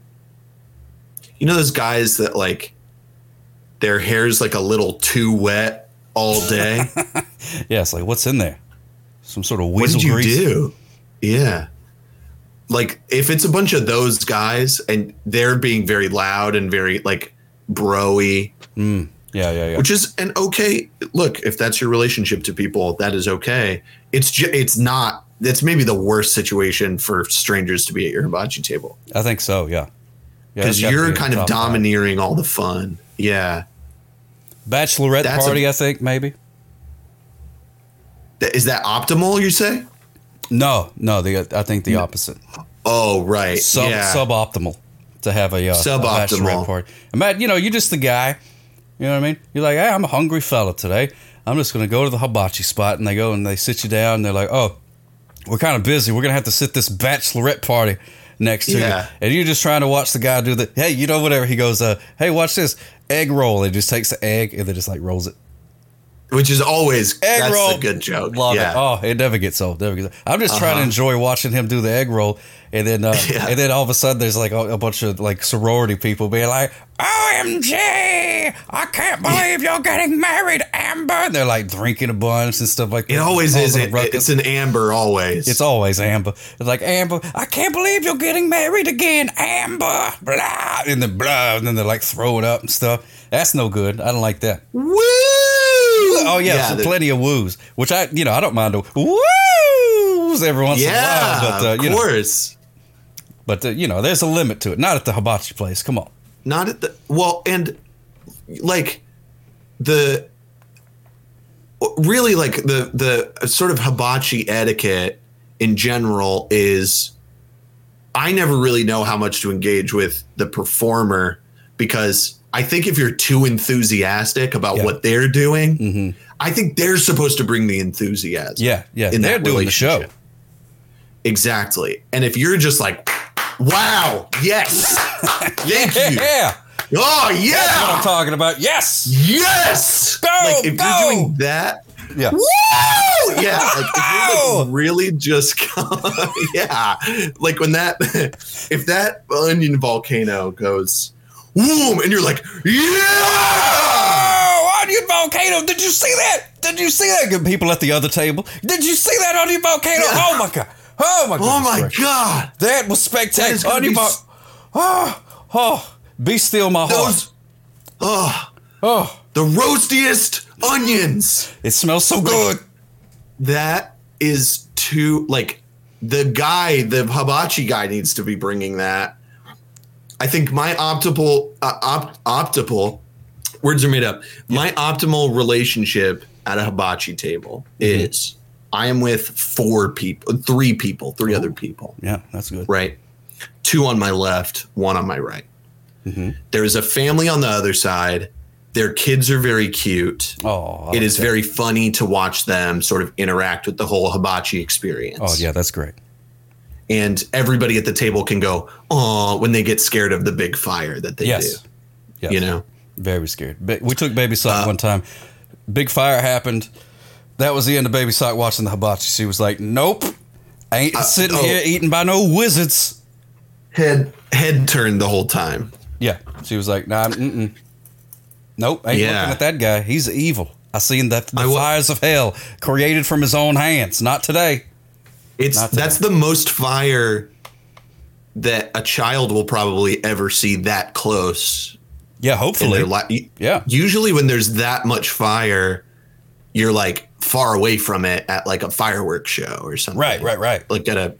[SPEAKER 5] you know those guys that like their hair's like a little too wet all day.
[SPEAKER 2] Yeah, it's like what's in there? Some sort of
[SPEAKER 5] what
[SPEAKER 2] weasel
[SPEAKER 5] did you
[SPEAKER 2] grease.
[SPEAKER 5] do? Yeah. Like if it's a bunch of those guys and they're being very loud and very like broy
[SPEAKER 2] Yeah, yeah, yeah.
[SPEAKER 5] which is an okay look if that's your relationship to people that is okay it's ju- it's not it's maybe the worst situation for strangers to be at your hibachi table
[SPEAKER 2] I think so. Yeah. Yeah, that's
[SPEAKER 5] because
[SPEAKER 2] gotta
[SPEAKER 5] you're
[SPEAKER 2] be
[SPEAKER 5] kind
[SPEAKER 2] the
[SPEAKER 5] of
[SPEAKER 2] top five.
[SPEAKER 5] domineering all the fun yeah
[SPEAKER 2] Bachelorette
[SPEAKER 5] That's a-
[SPEAKER 2] party, I think maybe.
[SPEAKER 5] Th- is that optimal you say
[SPEAKER 2] No, no. The I think the opposite.
[SPEAKER 5] oh right
[SPEAKER 2] sub
[SPEAKER 5] yeah
[SPEAKER 2] suboptimal to have a uh,
[SPEAKER 5] Suboptimal.
[SPEAKER 2] suboptimal bachelorette party. Imagine, you know, you're just the guy. You know what I mean? You're like, hey, I'm a hungry fella today. I'm just gonna go to the hibachi spot, and they go and they sit you down, and they're like, oh, we're kind of busy. We're gonna have to sit this bachelorette party next to
[SPEAKER 5] Yeah.
[SPEAKER 2] you, and you're just trying to watch the guy do the hey, you know, whatever. He goes, uh, hey, watch this egg roll. And he just takes the egg and then just like rolls it.
[SPEAKER 5] which is always
[SPEAKER 2] Egg
[SPEAKER 5] that's
[SPEAKER 2] roll,
[SPEAKER 5] a good joke
[SPEAKER 2] Love
[SPEAKER 5] yeah
[SPEAKER 2] it. Oh, it never gets old. Never gets old. I'm just trying to
[SPEAKER 5] Uh-huh.
[SPEAKER 2] enjoy watching him do the egg roll, and then uh,
[SPEAKER 5] Yeah.
[SPEAKER 2] and then all of a sudden there's like a, a bunch of like sorority people being like, "Oh, OMG! I can't believe you're getting married, Amber. And they're like drinking a bunch and stuff like that.
[SPEAKER 5] It always
[SPEAKER 2] All
[SPEAKER 5] is.
[SPEAKER 2] the
[SPEAKER 5] It,
[SPEAKER 2] ruckus.
[SPEAKER 5] it's an amber always.
[SPEAKER 2] It's always Amber. It's like Amber. I can't believe you're getting married again, Amber. Blah, and then blah, and then they're like throwing up and stuff. That's no good. I don't like that.
[SPEAKER 5] woo.
[SPEAKER 2] Oh yeah, so
[SPEAKER 5] the-
[SPEAKER 2] plenty of woos, which I you know I don't mind the woos every once
[SPEAKER 5] Yeah,
[SPEAKER 2] in a while, but uh,
[SPEAKER 5] of
[SPEAKER 2] you know,
[SPEAKER 5] course.
[SPEAKER 2] but uh, you know there's a limit to it. Not at the hibachi place. Come on.
[SPEAKER 5] Not at the well, and like the really like the the sort of hibachi etiquette in general is I never really know how much to engage with the performer because I think if you're too enthusiastic about
[SPEAKER 2] Yeah. Mm-hmm.
[SPEAKER 5] what they're doing, I think they're supposed to bring the enthusiasm.
[SPEAKER 2] Yeah, yeah,
[SPEAKER 5] in
[SPEAKER 2] they're
[SPEAKER 5] that
[SPEAKER 2] doing the show.
[SPEAKER 5] relationship. Exactly. And if you're just like, wow, yes, thank you.
[SPEAKER 2] Yeah,
[SPEAKER 5] Oh,
[SPEAKER 2] that's what
[SPEAKER 5] yeah,
[SPEAKER 2] I'm talking about. Yes.
[SPEAKER 5] yes.
[SPEAKER 2] Go,
[SPEAKER 5] like, if
[SPEAKER 2] go.
[SPEAKER 5] you're doing that,
[SPEAKER 2] Yeah.
[SPEAKER 5] woo! Yeah, like, if you're,
[SPEAKER 2] Wow.
[SPEAKER 5] like, really just, yeah. Like when that, if that onion volcano goes, boom, and you're like, yeah.
[SPEAKER 2] Oh, on your volcano! Did you see that? Did you see that? Good people at the other table. Did you see that on your volcano? Oh my god! Oh my god!
[SPEAKER 5] Oh my God.
[SPEAKER 2] That was spectacular.
[SPEAKER 5] is gonna
[SPEAKER 2] On your
[SPEAKER 5] be
[SPEAKER 2] vol-
[SPEAKER 5] s-
[SPEAKER 2] oh, oh, be still, my
[SPEAKER 5] Those,
[SPEAKER 2] heart. Oh,
[SPEAKER 5] the roastiest onions.
[SPEAKER 2] it smells so good.
[SPEAKER 5] that is too like the guy the hibachi guy needs to be bringing that i think my optimal uh, op, optimal words are made up my optimal relationship at a hibachi table is i am with four people three people three other people
[SPEAKER 2] Yeah, that's good.
[SPEAKER 5] right? Two on my left, one on my right. There is a family on the other side. Their kids are very cute.
[SPEAKER 2] Oh, I like
[SPEAKER 5] it is
[SPEAKER 2] that.
[SPEAKER 5] very funny to watch them sort of interact with the whole hibachi experience.
[SPEAKER 2] Oh yeah, that's great.
[SPEAKER 5] And everybody at the table can go, oh, when they get scared of the big fire that they
[SPEAKER 2] Yes.
[SPEAKER 5] do.
[SPEAKER 2] Yes.
[SPEAKER 5] You know? Uh,
[SPEAKER 2] Very scared. Ba- We took Baby Sock one time. Big fire happened. That was the end of Baby Sock watching the hibachi. She was like, "Nope, ain't sitting
[SPEAKER 5] no.
[SPEAKER 2] here eating by no wizards."
[SPEAKER 5] Head head turned the whole time.
[SPEAKER 2] Yeah, she was like, "Nah, mm-mm. nope, ain't
[SPEAKER 5] Yeah.
[SPEAKER 2] looking at that guy. He's evil. I seen the, the
[SPEAKER 5] I wa-
[SPEAKER 2] fires of hell created from his own hands. Not today.
[SPEAKER 5] It's
[SPEAKER 2] Not today.
[SPEAKER 5] that's the most fire that a child will probably ever see that close
[SPEAKER 2] Yeah,
[SPEAKER 5] in
[SPEAKER 2] hopefully.
[SPEAKER 5] their life.
[SPEAKER 2] Yeah.
[SPEAKER 5] Usually, when there's that much fire, you're like far away from it at like a fireworks show or something.
[SPEAKER 2] Right, right, right.
[SPEAKER 5] Like at a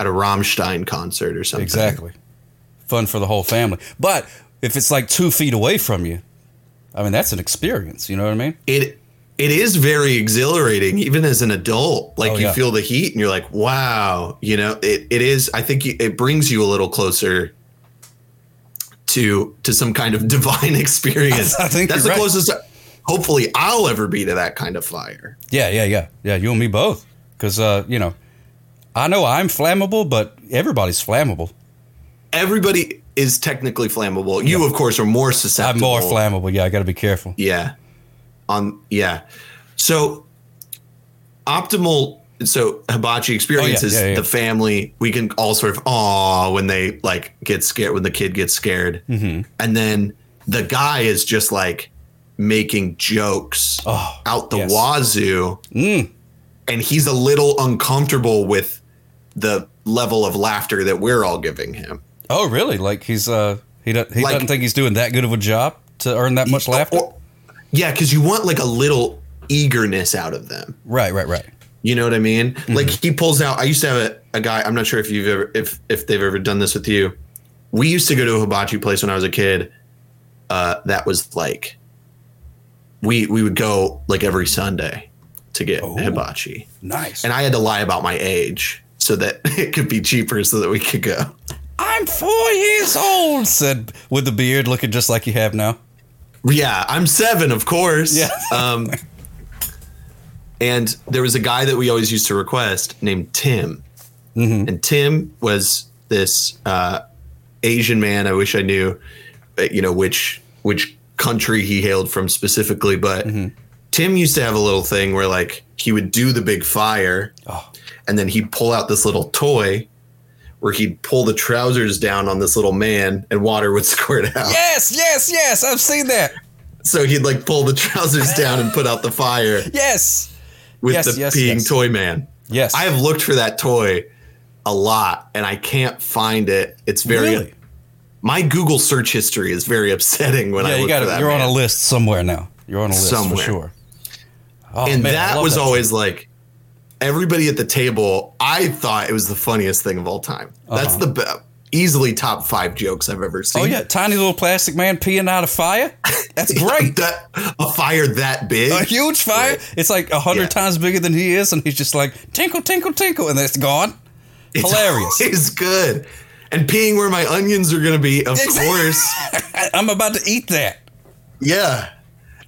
[SPEAKER 5] at a Rammstein concert or something.
[SPEAKER 2] Exactly. Fun for the whole family. But if it's like two feet away from you, I mean, that's an experience. You know what I mean?
[SPEAKER 5] It it is very exhilarating, even as an adult. Like
[SPEAKER 2] Oh,
[SPEAKER 5] you
[SPEAKER 2] yeah.
[SPEAKER 5] feel the heat, and you're like, wow. You know, it it is. I think it brings you a little closer. To, to some kind of divine experience.
[SPEAKER 2] I think
[SPEAKER 5] that's
[SPEAKER 2] you're
[SPEAKER 5] the
[SPEAKER 2] right.
[SPEAKER 5] closest. Hopefully, I'll ever be to that kind of fire.
[SPEAKER 2] Yeah, yeah, yeah. Yeah, you and me both. Because, uh, you know, I know I'm flammable, but everybody's flammable.
[SPEAKER 5] everybody is technically flammable. You, of course, are more
[SPEAKER 2] I'm
[SPEAKER 5] susceptible.
[SPEAKER 2] more flammable. Yeah, I got to be careful.
[SPEAKER 5] Yeah. On yeah. So optimal so hibachi experience
[SPEAKER 2] Oh, yeah,
[SPEAKER 5] is
[SPEAKER 2] yeah, yeah.
[SPEAKER 5] the family. We can all sort of aw when they like get scared when the kid gets scared.
[SPEAKER 2] Mm-hmm.
[SPEAKER 5] And then the guy is just like making jokes
[SPEAKER 2] Oh,
[SPEAKER 5] out the
[SPEAKER 2] yes. Mm.
[SPEAKER 5] wazoo. And he's a little uncomfortable with the level of laughter that we're all giving him.
[SPEAKER 2] Oh, really? Like he's uh he, do- he
[SPEAKER 5] Like-
[SPEAKER 2] doesn't think he's doing that good of a job to earn that much laughter?
[SPEAKER 5] Or- yeah, because you want like a little eagerness out of them.
[SPEAKER 2] right, right, right.
[SPEAKER 5] You know what I mean? Like he pulls out. I used to have a, a guy. I'm not sure if you've ever if if they've ever done this with you. We used to go to a hibachi place when I was a kid. Uh, that was like we we would go like every Sunday to get hibachi,
[SPEAKER 2] Nice.
[SPEAKER 5] and I had to lie about my age so that it could be cheaper, so that we could go.
[SPEAKER 2] I'm four years old, said with the beard looking just like you have now.
[SPEAKER 5] Yeah, I'm seven, of course.
[SPEAKER 2] Yeah.
[SPEAKER 5] Um, and there was a guy that we always used to request named Tim, and Tim was this uh, Asian man. I wish I knew, uh, you know, which which country he hailed from specifically, but Tim used to have a little thing where like he would do the big fire, and then he'd pull out this little toy, where he'd pull the trousers down on this little man and water would squirt out.
[SPEAKER 2] Yes, yes, yes. I've seen that.
[SPEAKER 5] So he'd like pull the trousers down and put out the fire
[SPEAKER 2] Yes.
[SPEAKER 5] with
[SPEAKER 2] Yes,
[SPEAKER 5] the
[SPEAKER 2] yes,
[SPEAKER 5] peeing
[SPEAKER 2] yes.
[SPEAKER 5] toy man.
[SPEAKER 2] Yes.
[SPEAKER 5] I have looked for that toy a lot and I can't find it. It's very
[SPEAKER 2] Really?
[SPEAKER 5] my Google search history is very upsetting when I
[SPEAKER 2] Yeah,
[SPEAKER 5] look
[SPEAKER 2] you got
[SPEAKER 5] for that.
[SPEAKER 2] You're on
[SPEAKER 5] man.
[SPEAKER 2] a list somewhere now. You're on a list for
[SPEAKER 5] Somewhere.
[SPEAKER 2] sure. Oh,
[SPEAKER 5] and
[SPEAKER 2] man, I
[SPEAKER 5] that
[SPEAKER 2] love
[SPEAKER 5] was
[SPEAKER 2] that
[SPEAKER 5] always like everybody at the table. I thought it was the funniest thing of all time. That's the be- easily top five jokes I've ever seen.
[SPEAKER 2] Uh-huh. Oh yeah, tiny little plastic man peeing out of fire. That's great.
[SPEAKER 5] That- a fire that big.
[SPEAKER 2] A huge fire.
[SPEAKER 5] Right.
[SPEAKER 2] It's like a hundred
[SPEAKER 5] Yeah.
[SPEAKER 2] times bigger than he is, and he's just like tinkle, tinkle, tinkle, and that's gone. Hilarious.
[SPEAKER 5] It's good. And peeing where my onions are going to be, of
[SPEAKER 2] Exactly.
[SPEAKER 5] course.
[SPEAKER 2] I, I'm about to eat that.
[SPEAKER 5] Yeah.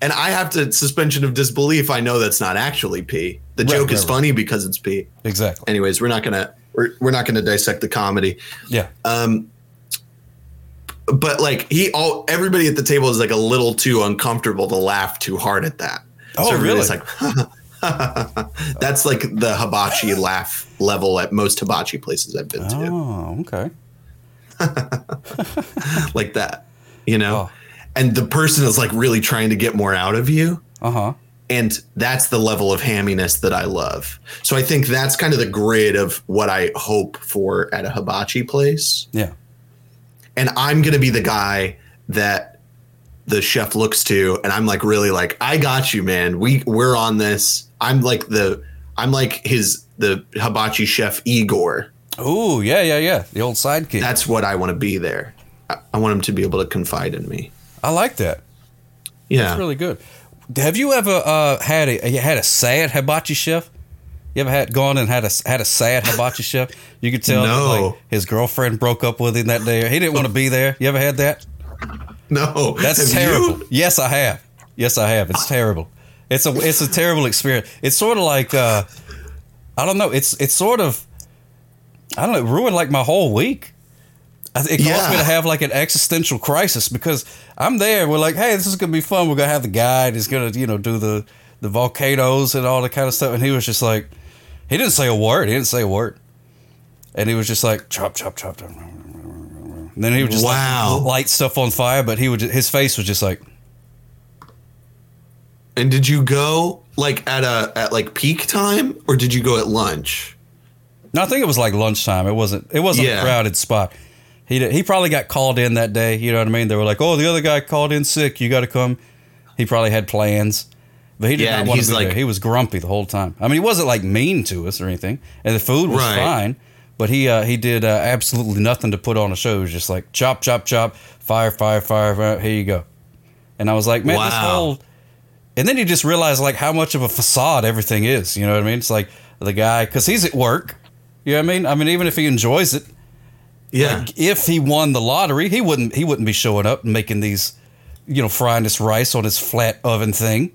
[SPEAKER 5] And I have to suspension of disbelief. I know that's not actually pee. The
[SPEAKER 2] Right,
[SPEAKER 5] joke
[SPEAKER 2] right,
[SPEAKER 5] is
[SPEAKER 2] right.
[SPEAKER 5] funny because it's pee.
[SPEAKER 2] Exactly.
[SPEAKER 5] Anyways, we're not gonna we're, we're not gonna dissect the comedy.
[SPEAKER 2] Yeah.
[SPEAKER 5] uh, but like he all everybody at the table is like a little too uncomfortable to laugh too hard at that.
[SPEAKER 2] Oh,
[SPEAKER 5] everybody's
[SPEAKER 2] really?
[SPEAKER 5] like that's like the hibachi laugh level at most hibachi places I've been to,
[SPEAKER 2] oh, okay.
[SPEAKER 5] like that, you know.
[SPEAKER 2] Oh.
[SPEAKER 5] And the person is like really trying to get more out of you,
[SPEAKER 2] Uh huh.
[SPEAKER 5] and that's the level of hamminess that I love. So I think that's kind of the grid of what I hope for at a hibachi place.
[SPEAKER 2] Yeah.
[SPEAKER 5] and I'm gonna be the guy that the chef looks to, and I'm like really like I got you, man. We we're on this. I'm like the I'm like his the hibachi chef Igor.
[SPEAKER 2] Ooh, yeah, yeah, yeah. The old sidekick.
[SPEAKER 5] That's what I want to be there. I, I want him to be able to confide in me.
[SPEAKER 2] I like that.
[SPEAKER 5] Yeah,
[SPEAKER 2] It's really good. Have you ever uh, had a you had a sad hibachi chef? You ever had gone and had a had a sad hibachi chef? You could tell that,
[SPEAKER 5] No.
[SPEAKER 2] like his girlfriend broke up with him that day. He didn't want to be there. You ever had that?
[SPEAKER 5] no,
[SPEAKER 2] That's
[SPEAKER 5] Have
[SPEAKER 2] terrible.
[SPEAKER 5] you?
[SPEAKER 2] Yes, I have. Yes, I have. It's terrible. It's a it's a terrible experience. It's sort of like uh, I don't know. It's it's sort of I don't know. It ruined like my whole week. I- It caused
[SPEAKER 5] Yeah.
[SPEAKER 2] me to have like an existential crisis because I'm there. We're like, hey, this is gonna be fun. We're gonna have the guide. He's gonna you know do the the volcanoes and all that kind of stuff. And he was just like, he didn't say a word. He didn't say a word. And he was just like chop chop chop chop. And then he would just like,
[SPEAKER 5] Wow.
[SPEAKER 2] light stuff on fire, but he would his face was just like
[SPEAKER 5] And did you go like at a at like peak time, or did you go at lunch?
[SPEAKER 2] No, I think it was like lunchtime. It wasn't. It wasn't a
[SPEAKER 5] Yeah.
[SPEAKER 2] crowded spot. He did, he probably got called in that day. You know what I mean? They were like, "Oh, the other guy called in sick. You got to come." He probably had plans, but he did
[SPEAKER 5] Yeah,
[SPEAKER 2] not
[SPEAKER 5] and
[SPEAKER 2] want to
[SPEAKER 5] he's
[SPEAKER 2] be
[SPEAKER 5] like-
[SPEAKER 2] there. He was grumpy the whole time. I mean, he wasn't like mean to us or anything, and the food was
[SPEAKER 5] Right.
[SPEAKER 2] fine. But he uh, he did uh, absolutely nothing to put on a show. It was just like chop, chop, chop, fire, fire, fire, fire. Here you go. And I was like, man, this
[SPEAKER 5] Wow.
[SPEAKER 2] whole and then you just realize like how much of a facade everything is. You know what I mean? It's like the guy because he's at work. You know what I mean? I mean, even if he enjoys it,
[SPEAKER 5] Yeah,
[SPEAKER 2] if he won the lottery, he wouldn't he wouldn't be showing up and making these, you know, frying this rice on his flat oven thing.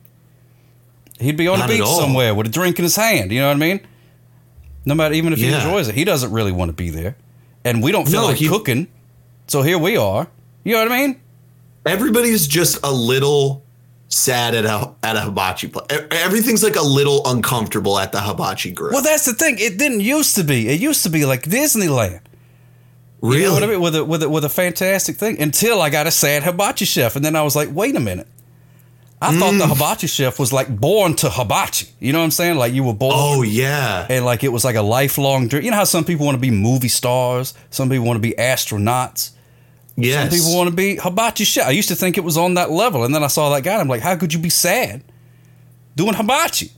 [SPEAKER 2] He'd be on
[SPEAKER 5] Not
[SPEAKER 2] the
[SPEAKER 5] at
[SPEAKER 2] beach
[SPEAKER 5] all.
[SPEAKER 2] somewhere with a drink in his hand. You know what I mean? No matter even if he
[SPEAKER 5] Yeah.
[SPEAKER 2] enjoys it, he doesn't really want to be there, and we don't feel
[SPEAKER 5] No,
[SPEAKER 2] like
[SPEAKER 5] he-
[SPEAKER 2] cooking. So here we are. You know what I mean?
[SPEAKER 5] everybody's just a little sad at a at a hibachi place. Everything's like a little uncomfortable at the hibachi grill.
[SPEAKER 2] Well, that's the thing. It didn't used to be. It used to be like Disneyland.
[SPEAKER 5] really?
[SPEAKER 2] You know what I mean? With a, with a, with a fantastic thing until I got a sad hibachi chef. And then I was like, wait a minute. I thought
[SPEAKER 5] Mm.
[SPEAKER 2] the hibachi chef was like born to hibachi. You know what I'm saying? Like you were born
[SPEAKER 5] Oh yeah.
[SPEAKER 2] and like it was like a lifelong dream. You know how some people want to be movie stars, some people want to be astronauts,
[SPEAKER 5] Yes.
[SPEAKER 2] people want to be hibachi chef. I used to think it was on that level. And then I saw that guy and I'm like, how could you be sad doing hibachi?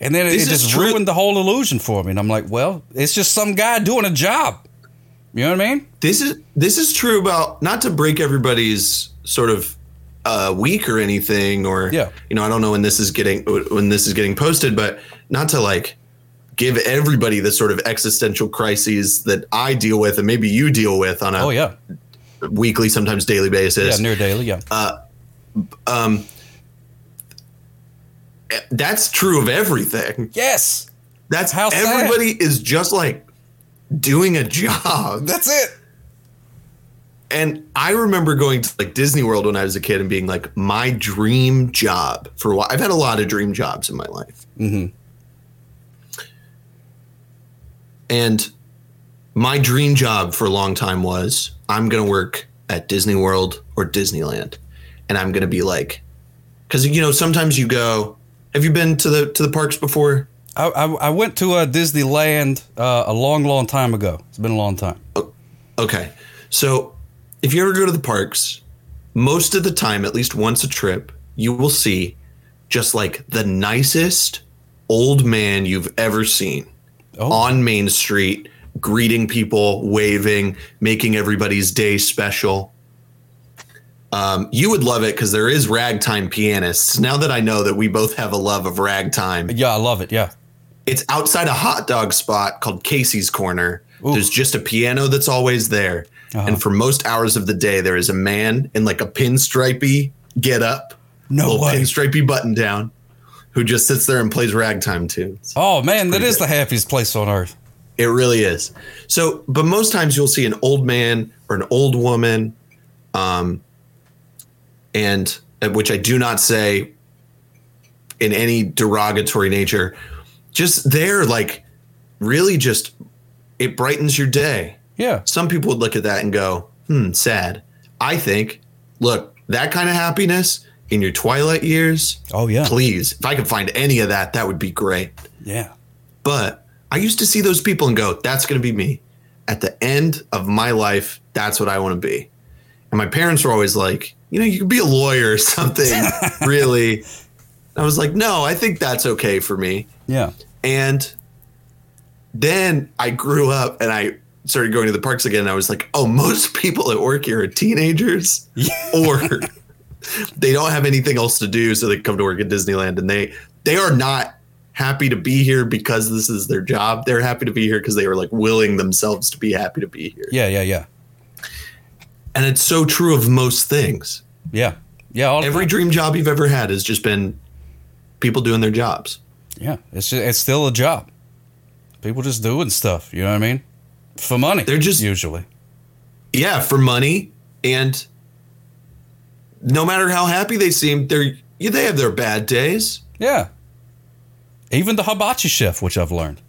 [SPEAKER 2] And then it,
[SPEAKER 5] This
[SPEAKER 2] it
[SPEAKER 5] is
[SPEAKER 2] just
[SPEAKER 5] true.
[SPEAKER 2] ruined the whole illusion for me. And I'm like, well, it's just some guy doing a job. You know what I mean?
[SPEAKER 5] this is this is true about not to break everybody's sort of uh, week or anything or
[SPEAKER 2] Yeah.
[SPEAKER 5] you know I don't know when this is getting when this is getting posted but not to like give everybody the sort of existential crises that I deal with and maybe you deal with on a
[SPEAKER 2] Oh, yeah.
[SPEAKER 5] weekly sometimes daily
[SPEAKER 2] Yeah,
[SPEAKER 5] basis
[SPEAKER 2] near daily. Yeah.
[SPEAKER 5] Uh, that's true of everything
[SPEAKER 2] yes,
[SPEAKER 5] That's
[SPEAKER 2] How
[SPEAKER 5] how
[SPEAKER 2] sad.
[SPEAKER 5] everybody is just like doing a job.
[SPEAKER 2] that's it.
[SPEAKER 5] And I remember going to like Disney World when I was a kid and being like, my dream job for a while. I've had a lot of dream jobs in my life. And my dream job for a long time was I'm going to work at Disney World or Disneyland and I'm going to be like cuz you know sometimes you go have you been to the to the parks before?
[SPEAKER 2] I, I, I went to uh, Disneyland uh, a long, long time ago. It's been a long time.
[SPEAKER 5] Oh. Okay. So if you ever go to the parks, most of the time, at least once a trip, you will see just like the nicest old man you've ever seen
[SPEAKER 2] Oh.
[SPEAKER 5] on Main Street, greeting people, waving, making everybody's day special. Um, you would love it because there is ragtime pianists. Now that I know that we both have a love of ragtime,
[SPEAKER 2] Yeah, I love it. Yeah.
[SPEAKER 5] it's outside a hot dog spot called Casey's Corner. There's just a piano that's always there.
[SPEAKER 2] Uh-huh.
[SPEAKER 5] And for most hours of the day, there is a man in like a pinstripey get up,
[SPEAKER 2] No
[SPEAKER 5] little
[SPEAKER 2] way.
[SPEAKER 5] pinstripey button down, who just sits there and plays ragtime tunes.
[SPEAKER 2] Oh, man, that is the happiest place on earth.
[SPEAKER 5] It really is. So, but most times you'll see an old man or an old woman, um, and uh, which I do not say in any derogatory nature, just there, like really just it brightens your day.
[SPEAKER 2] Yeah.
[SPEAKER 5] Some people would look at that and go, hmm, sad. I think, look, that kind of happiness in your twilight years,
[SPEAKER 2] Oh, yeah.
[SPEAKER 5] please, if I could find any of that, that would be great.
[SPEAKER 2] Yeah.
[SPEAKER 5] But I used to see those people and go, that's going to be me. At the end of my life, that's what I want to be. And my parents were always like, you know, you could be a lawyer or something, really. I was like, no, I think that's okay for me.
[SPEAKER 2] Yeah.
[SPEAKER 5] And then I grew up and I started going to the parks again. And I was like, oh, most people at work here are teenagers or they don't have anything else to do. So they come to work at Disneyland and they, they are not happy to be here because this is their job. They're happy to be here because they were like willing themselves to be happy to be here.
[SPEAKER 2] Yeah. Yeah. Yeah.
[SPEAKER 5] And it's so true of most things.
[SPEAKER 2] Yeah. Yeah. All,
[SPEAKER 5] Every dream job you've ever had has just been people doing their jobs.
[SPEAKER 2] yeah. It's, just, it's still a job. People just doing stuff. You know what I mean? For money.
[SPEAKER 5] They're just-
[SPEAKER 2] Usually.
[SPEAKER 5] yeah for money and no matter how happy they seem they're yeah, they have their bad days
[SPEAKER 2] Yeah. Even the hibachi chef, which I've learned.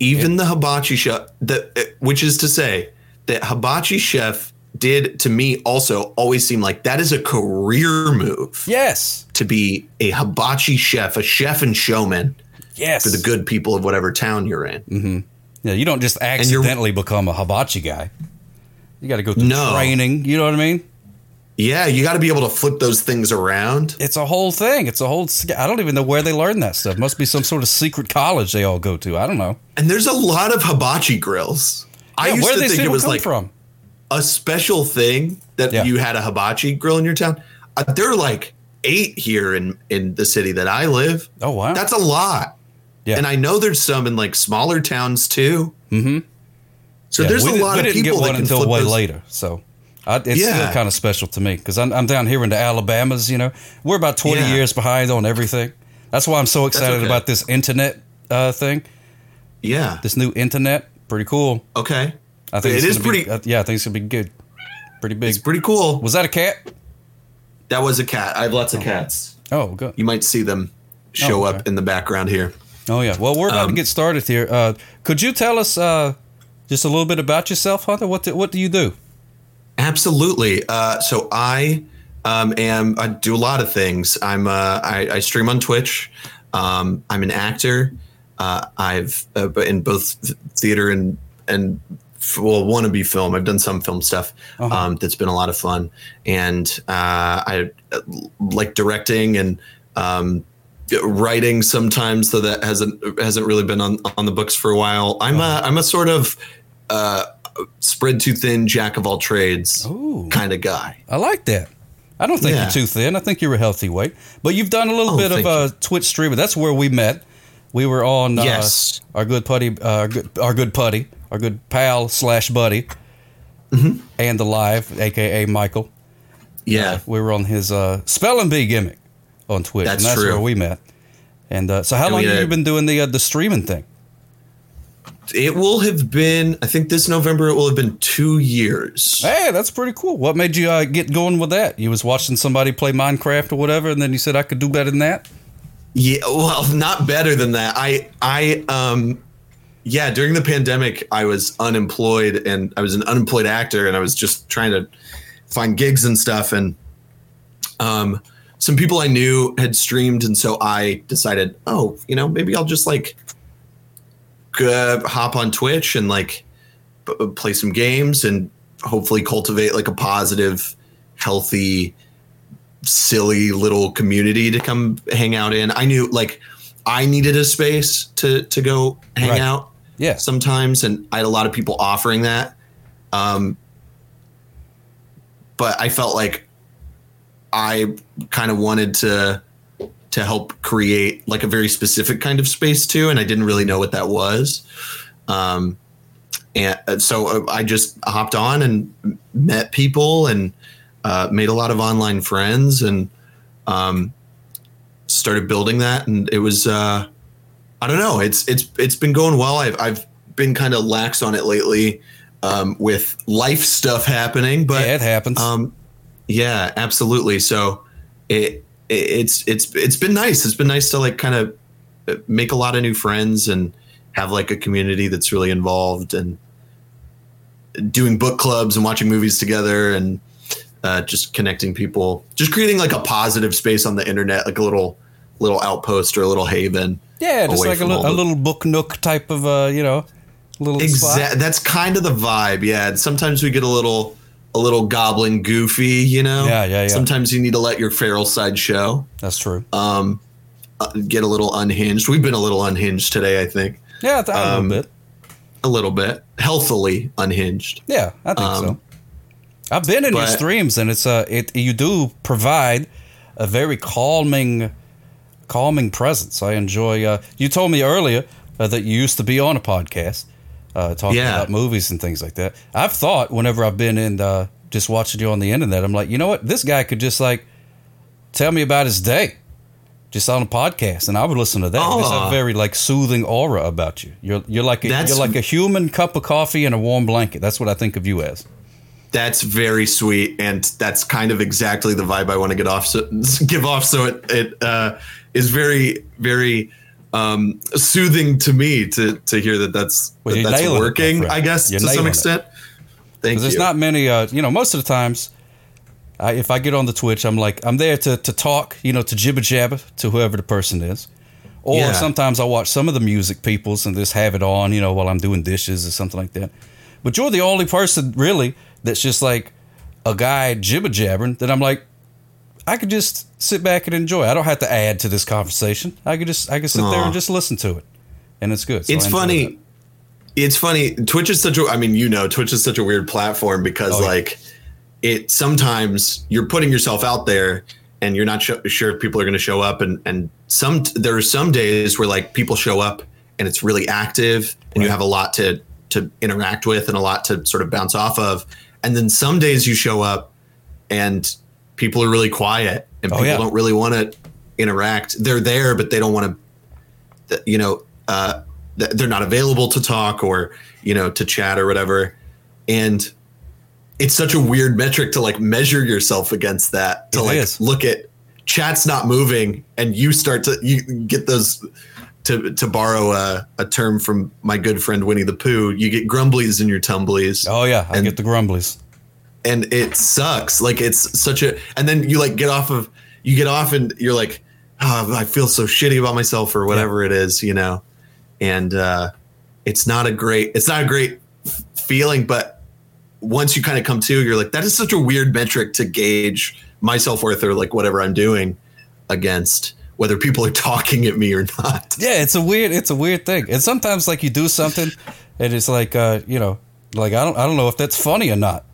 [SPEAKER 5] even the hibachi chef that eh, which is to say that hibachi chef did to me also always seem like that is a career move
[SPEAKER 2] Yes.
[SPEAKER 5] to be a hibachi chef a chef and showman
[SPEAKER 2] Yes.
[SPEAKER 5] for the good people of whatever town you're in
[SPEAKER 2] Mm. Yeah, you don't just
[SPEAKER 5] you're-
[SPEAKER 2] accidentally become a hibachi guy. You got to go through
[SPEAKER 5] No.
[SPEAKER 2] training. You know what I mean?
[SPEAKER 5] yeah you got to be able to flip those things around
[SPEAKER 2] It's a whole thing. It's a whole. sc- I don't even know where they learn that stuff. Must be some sort of secret college they all go to. I don't know.
[SPEAKER 5] and there's a lot of hibachi grills i
[SPEAKER 2] Yeah,
[SPEAKER 5] used
[SPEAKER 2] where
[SPEAKER 5] to
[SPEAKER 2] these
[SPEAKER 5] think it
[SPEAKER 2] people
[SPEAKER 5] was
[SPEAKER 2] come
[SPEAKER 5] like
[SPEAKER 2] from?
[SPEAKER 5] a special thing that
[SPEAKER 2] Yeah.
[SPEAKER 5] you had a hibachi grill in your town. Uh, there are like eight here in in the city that I live.
[SPEAKER 2] Oh wow,
[SPEAKER 5] That's a lot.
[SPEAKER 2] Yeah.
[SPEAKER 5] And I know there's some in like smaller towns too. Mm-hmm. So
[SPEAKER 2] Yeah,
[SPEAKER 5] there's
[SPEAKER 2] we
[SPEAKER 5] a
[SPEAKER 2] di-
[SPEAKER 5] lot
[SPEAKER 2] we
[SPEAKER 5] of
[SPEAKER 2] didn't
[SPEAKER 5] people
[SPEAKER 2] get one
[SPEAKER 5] that can
[SPEAKER 2] until
[SPEAKER 5] flip
[SPEAKER 2] way
[SPEAKER 5] those-
[SPEAKER 2] later. So I, it's still
[SPEAKER 5] Yeah.
[SPEAKER 2] kind of special to me because I'm, I'm down here into Alabama's. You know, we're about 20
[SPEAKER 5] Yeah.
[SPEAKER 2] years behind on everything. That's why I'm so excited
[SPEAKER 5] okay.
[SPEAKER 2] about this internet uh, thing.
[SPEAKER 5] Yeah.
[SPEAKER 2] This new internet, pretty cool.
[SPEAKER 5] Okay.
[SPEAKER 2] I think
[SPEAKER 5] it
[SPEAKER 2] it's
[SPEAKER 5] is
[SPEAKER 2] gonna be-
[SPEAKER 5] pretty.
[SPEAKER 2] uh, yeah, I think it's gonna be good. Pretty big.
[SPEAKER 5] it's pretty cool.
[SPEAKER 2] Was that a cat?
[SPEAKER 5] that was a cat. I have lots of cats.
[SPEAKER 2] Oh, good.
[SPEAKER 5] You might see them show
[SPEAKER 2] okay.
[SPEAKER 5] up in the background here.
[SPEAKER 2] Oh, yeah. Well, we're about to
[SPEAKER 5] Um,
[SPEAKER 2] get started here. Uh, could you tell us uh, just a little bit about yourself, Hunter? What do, what do you do?
[SPEAKER 5] Absolutely. Uh, so I um, am. I do a lot of things. I'm. Uh, I, I stream on Twitch. Um, I'm an actor. Uh, I've uh, but in both theater and and f- well wannabe film. I've done some film stuff um, that's been a lot of fun, and uh, I uh, like directing and um, writing sometimes. So that hasn't hasn't really been on on the books for a while. I'm a I'm a sort of uh, spread too thin, jack of all trades
[SPEAKER 2] Ooh.
[SPEAKER 5] kind of guy.
[SPEAKER 2] I like that. I don't think
[SPEAKER 5] Yeah.
[SPEAKER 2] you're too thin. I think you're a healthy weight. But you've done a little
[SPEAKER 5] Oh,
[SPEAKER 2] bit of
[SPEAKER 5] thank
[SPEAKER 2] uh, Twitch streaming. That's where we met. We were on uh,
[SPEAKER 5] Yes.
[SPEAKER 2] our good putty, uh, our, good, our good putty, our good pal slash buddy,
[SPEAKER 5] Mm-hmm.
[SPEAKER 2] and the live, aka Michael.
[SPEAKER 5] Yeah.
[SPEAKER 2] We were on his uh, spelling bee gimmick on Twitch,
[SPEAKER 5] That's
[SPEAKER 2] and that's
[SPEAKER 5] true.
[SPEAKER 2] where we met. And uh, so, how
[SPEAKER 5] And
[SPEAKER 2] long
[SPEAKER 5] we
[SPEAKER 2] have
[SPEAKER 5] had-
[SPEAKER 2] you been doing the uh, the streaming thing?
[SPEAKER 5] It will have been, I think this November, it will have been two years.
[SPEAKER 2] Hey, that's pretty cool. What made you uh, get going with that? You was watching somebody play Minecraft or whatever, and then you said I could do better than that.
[SPEAKER 5] Yeah. Well, not better than that. I, I, um, yeah, during the pandemic, I was unemployed and I was an unemployed actor and I was just trying to find gigs and stuff. And um, some people I knew had streamed. And so I decided, oh, you know, maybe I'll just like uh, hop on Twitch and like b- b- play some games and hopefully cultivate like a positive, healthy, silly little community to come hang out in. I knew like I needed a space to to go hang
[SPEAKER 2] Right.
[SPEAKER 5] out
[SPEAKER 2] Yeah.
[SPEAKER 5] sometimes, and I had a lot of people offering that. Um, but I felt like I kind of wanted to to help create like a very specific kind of space too, and I didn't really know what that was. Um, and uh, so uh, I just hopped on and m- met people and uh, made a lot of online friends and um, started building that. And it was uh, I don't know. It's it's it's been going well. I've I've been kind of lax on it lately um, with life stuff happening, but
[SPEAKER 2] yeah, it happens.
[SPEAKER 5] um, yeah, absolutely. So it, it it's it's it's been nice. It's been nice to like kind of make a lot of new friends and have like a community that's really involved and doing book clubs and watching movies together and uh, just connecting people, just creating like a positive space on the internet, like a little little outpost or a little haven.
[SPEAKER 2] yeah, just
[SPEAKER 5] away
[SPEAKER 2] like a,
[SPEAKER 5] from
[SPEAKER 2] li-
[SPEAKER 5] all
[SPEAKER 2] a
[SPEAKER 5] the-
[SPEAKER 2] little book nook type of, uh, you know, little spot.
[SPEAKER 5] Exactly. That's kind of the vibe. Yeah. And sometimes we get a little, a little goblin goofy. You know.
[SPEAKER 2] Yeah, yeah, yeah.
[SPEAKER 5] Sometimes you need to let your feral side show.
[SPEAKER 2] That's true.
[SPEAKER 5] Uh, get a little unhinged. We've been a little unhinged today. I think
[SPEAKER 2] yeah, th- a
[SPEAKER 5] um,
[SPEAKER 2] little bit.
[SPEAKER 5] a little bit healthily unhinged.
[SPEAKER 2] Yeah, I think
[SPEAKER 5] um,
[SPEAKER 2] so. I've been in your
[SPEAKER 5] but-
[SPEAKER 2] streams, and it's uh, it you do provide a very calming, calming presence. I enjoy. Uh, you told me earlier uh, that you used to be on a podcast, uh, talking
[SPEAKER 5] Yeah.
[SPEAKER 2] about movies and things like that. I've thought whenever I've been in uh, just watching you on the internet, I'm like, you know what, this guy could just like tell me about his day. Just on a podcast, and I would listen to that. There's a
[SPEAKER 5] Aw.
[SPEAKER 2] very like soothing aura about you. You're you're like a,
[SPEAKER 5] That's-
[SPEAKER 2] you're like a human cup of coffee and a warm blanket. That's what I think of you as.
[SPEAKER 5] That's very sweet, and that's kind of exactly the vibe I want to get off, so, give off. So it it uh, is very very um, soothing to me to to hear that that's
[SPEAKER 2] Well,
[SPEAKER 5] that
[SPEAKER 2] you're
[SPEAKER 5] that's
[SPEAKER 2] nailing it, my
[SPEAKER 5] working.
[SPEAKER 2] friend.
[SPEAKER 5] I guess
[SPEAKER 2] You're
[SPEAKER 5] to some
[SPEAKER 2] nailing it.
[SPEAKER 5] extent. Thank
[SPEAKER 2] Because there's
[SPEAKER 5] you.
[SPEAKER 2] not many, uh, you know, most of the times, I, if I get on the Twitch, I'm like, I'm there to, to talk, you know, to jibber jabber to whoever the person is. Or
[SPEAKER 5] Yeah.
[SPEAKER 2] sometimes I watch some of the music peoples and just have it on, you know, while I'm doing dishes or something like that. But you're the only person really that's just like a guy jibber jabbering that I'm like, I could just sit back and enjoy. I don't have to add to this conversation. I could just I could sit there
[SPEAKER 5] Aw.
[SPEAKER 2] and just listen to it, and it's good. So
[SPEAKER 5] it's
[SPEAKER 2] I enjoy
[SPEAKER 5] funny
[SPEAKER 2] that.
[SPEAKER 5] it's funny twitch is such a i mean you know twitch is such a weird platform because
[SPEAKER 2] Oh, yeah.
[SPEAKER 5] like it sometimes you're putting yourself out there and you're not sho- sure if people are going to show up and and some there are some days where like people show up and it's really active and you
[SPEAKER 2] Right.
[SPEAKER 5] have a lot to to interact with and a lot to sort of bounce off of and then some days you show up and people are really quiet and
[SPEAKER 2] Oh,
[SPEAKER 5] people
[SPEAKER 2] yeah.
[SPEAKER 5] don't really want to interact they're there but they don't want to you know uh, th- they're not available to talk or you know to chat or whatever and it's such a weird metric to like measure yourself against that to
[SPEAKER 2] It
[SPEAKER 5] like
[SPEAKER 2] is.
[SPEAKER 5] look at chat's not moving and you start to you get those to to borrow a, a term from my good friend Winnie the Pooh you get grumblies in your tumblies
[SPEAKER 2] Oh yeah, I
[SPEAKER 5] and-
[SPEAKER 2] get the grumblies.
[SPEAKER 5] and it sucks. Like it's such a, and then you like get off of, you get off and you're like, oh, I feel so shitty about myself or whatever it is, you know, and uh, it's not a great, it's not a great f- feeling. But once you kind of come to, you're like, that is such a weird metric to gauge my self worth or like whatever I'm doing against whether people are talking at me or not.
[SPEAKER 2] Yeah, it's a weird it's a weird thing. And sometimes like you do something and it's like uh, you know, like I don't I don't know if that's funny or not.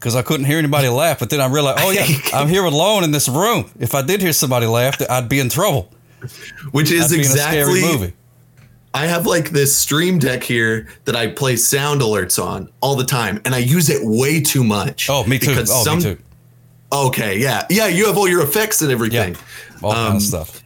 [SPEAKER 2] Cuz I couldn't hear anybody laugh, but then I realized, oh yeah, I'm here alone in this room. If I did hear somebody laugh, th- I'd be in trouble.
[SPEAKER 5] Which
[SPEAKER 2] I'd
[SPEAKER 5] is
[SPEAKER 2] be
[SPEAKER 5] exactly
[SPEAKER 2] in a scary movie.
[SPEAKER 5] I have like this stream deck here that I play sound alerts on all the time, and I use it way too much.
[SPEAKER 2] Oh, me too.
[SPEAKER 5] Because
[SPEAKER 2] Oh,
[SPEAKER 5] some-
[SPEAKER 2] me too.
[SPEAKER 5] Okay, yeah, yeah. You have all your effects and
[SPEAKER 2] Yeah.
[SPEAKER 5] everything,
[SPEAKER 2] All kind
[SPEAKER 5] Um,
[SPEAKER 2] of stuff.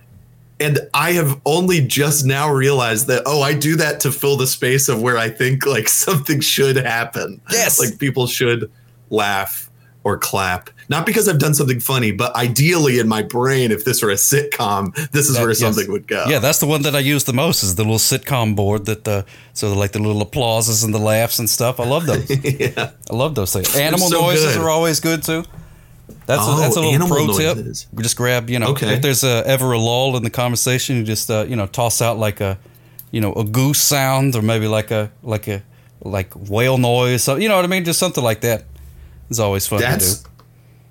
[SPEAKER 5] and I have only just now realized that. Oh, I do that to fill the space of where I think like something should happen.
[SPEAKER 2] Yes.
[SPEAKER 5] like people should laugh or clap. Not because I've done something funny, but ideally in my brain, if this were a sitcom, this is
[SPEAKER 2] That-
[SPEAKER 5] where
[SPEAKER 2] yes.
[SPEAKER 5] something would go.
[SPEAKER 2] Yeah, that's the one that I use the most is the little sitcom board that the so like the little applauses and the laughs and stuff. I love those.
[SPEAKER 5] yeah.
[SPEAKER 2] I love those things. Animal
[SPEAKER 5] so
[SPEAKER 2] noises
[SPEAKER 5] good.
[SPEAKER 2] are always good too. That's a,
[SPEAKER 5] Oh,
[SPEAKER 2] that's a little
[SPEAKER 5] animal
[SPEAKER 2] pro
[SPEAKER 5] noises.
[SPEAKER 2] tip. Just grab you know
[SPEAKER 5] Okay.
[SPEAKER 2] if there's uh ever a lull in the conversation, you just uh, you know toss out like a you know a goose sound or maybe like a like a like whale noise. So you know what I mean? Just something like that is always fun to
[SPEAKER 5] That's.
[SPEAKER 2] do.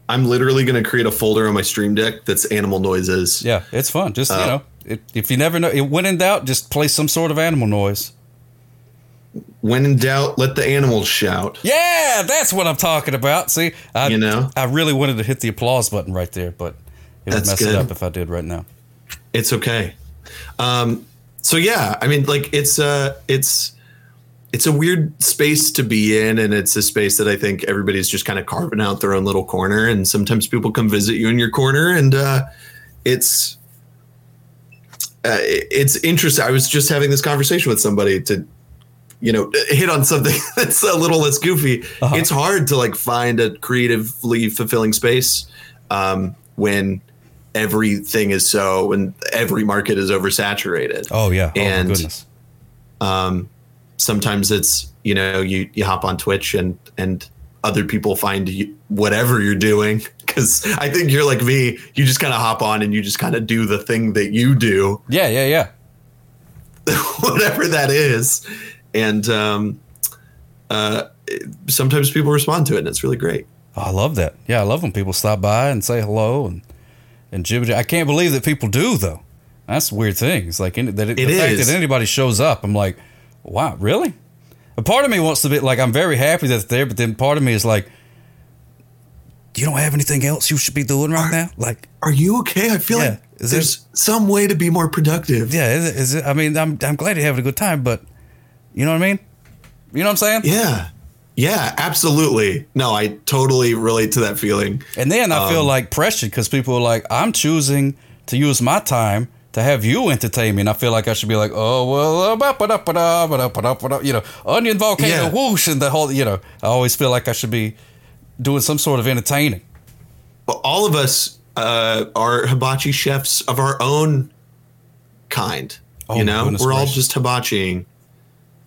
[SPEAKER 5] I'm literally going to create a folder on my Stream Deck that's animal noises.
[SPEAKER 2] Yeah, it's fun. Just
[SPEAKER 5] Oh.
[SPEAKER 2] you know it, if you never know when in doubt, just play some sort of animal noise.
[SPEAKER 5] When in doubt, let the animals shout.
[SPEAKER 2] Yeah, that's what I'm talking about. See, I,
[SPEAKER 5] You know?
[SPEAKER 2] I really wanted to hit the applause button right there, but it would
[SPEAKER 5] That's
[SPEAKER 2] mess it
[SPEAKER 5] good.
[SPEAKER 2] up if I did right now.
[SPEAKER 5] It's okay. Um, so yeah, I mean, like it's uh it's it's a weird space to be in, and it's a space that I think everybody's just kind of carving out their own little corner. And sometimes people come visit you in your corner, and uh, it's uh, it's interesting. I was just having this conversation with somebody to you know hit on something that's a little less goofy. It's hard to like find a creatively fulfilling space um, when everything is so and every market is oversaturated.
[SPEAKER 2] Oh yeah, oh
[SPEAKER 5] And-
[SPEAKER 2] my goodness.
[SPEAKER 5] Sometimes it's you know you you hop on Twitch and and other people find you, whatever you're doing because I think you're like me. You just kind of hop on and you just kind of do the thing that you do,
[SPEAKER 2] Yeah, yeah, yeah.
[SPEAKER 5] whatever that is, and um, uh, sometimes people respond to it and it's really great.
[SPEAKER 2] Oh, I love that. Yeah, I love when people stop by and say hello and and jibber. I can't believe that people do though. That's a weird thing. It's like any, that it,
[SPEAKER 5] It
[SPEAKER 2] the fact
[SPEAKER 5] is.
[SPEAKER 2] that anybody shows up. I'm like, wow, really? A part of me wants to be like, I'm very happy that they're there, but then part of me is like, you don't have anything else you should be doing right now. Like,
[SPEAKER 5] Are you okay? I feel
[SPEAKER 2] Yeah.
[SPEAKER 5] like
[SPEAKER 2] Is there-
[SPEAKER 5] there's some way to be more productive.
[SPEAKER 2] yeah, is it, is it, I mean, I'm, I'm glad you're having a good time, but you know what I mean? You know what I'm saying?
[SPEAKER 5] Yeah. Yeah, absolutely. No, I totally relate to that feeling.
[SPEAKER 2] And then I
[SPEAKER 5] Um,
[SPEAKER 2] feel like pressured because people are like, I'm choosing to use my time to have you entertain me. And I feel like I should be like, oh, well, uh, ba- ba- da- ba- da- ba- da- ba- da- ba- da," you know, onion volcano
[SPEAKER 5] Yeah.
[SPEAKER 2] whoosh and the whole, you know, I always feel like I should be doing some sort of entertaining.
[SPEAKER 5] All of us uh, are hibachi chefs of our own kind.
[SPEAKER 2] Oh,
[SPEAKER 5] you
[SPEAKER 2] my
[SPEAKER 5] know,
[SPEAKER 2] goodness
[SPEAKER 5] we're all
[SPEAKER 2] gracious.
[SPEAKER 5] just hibachiing.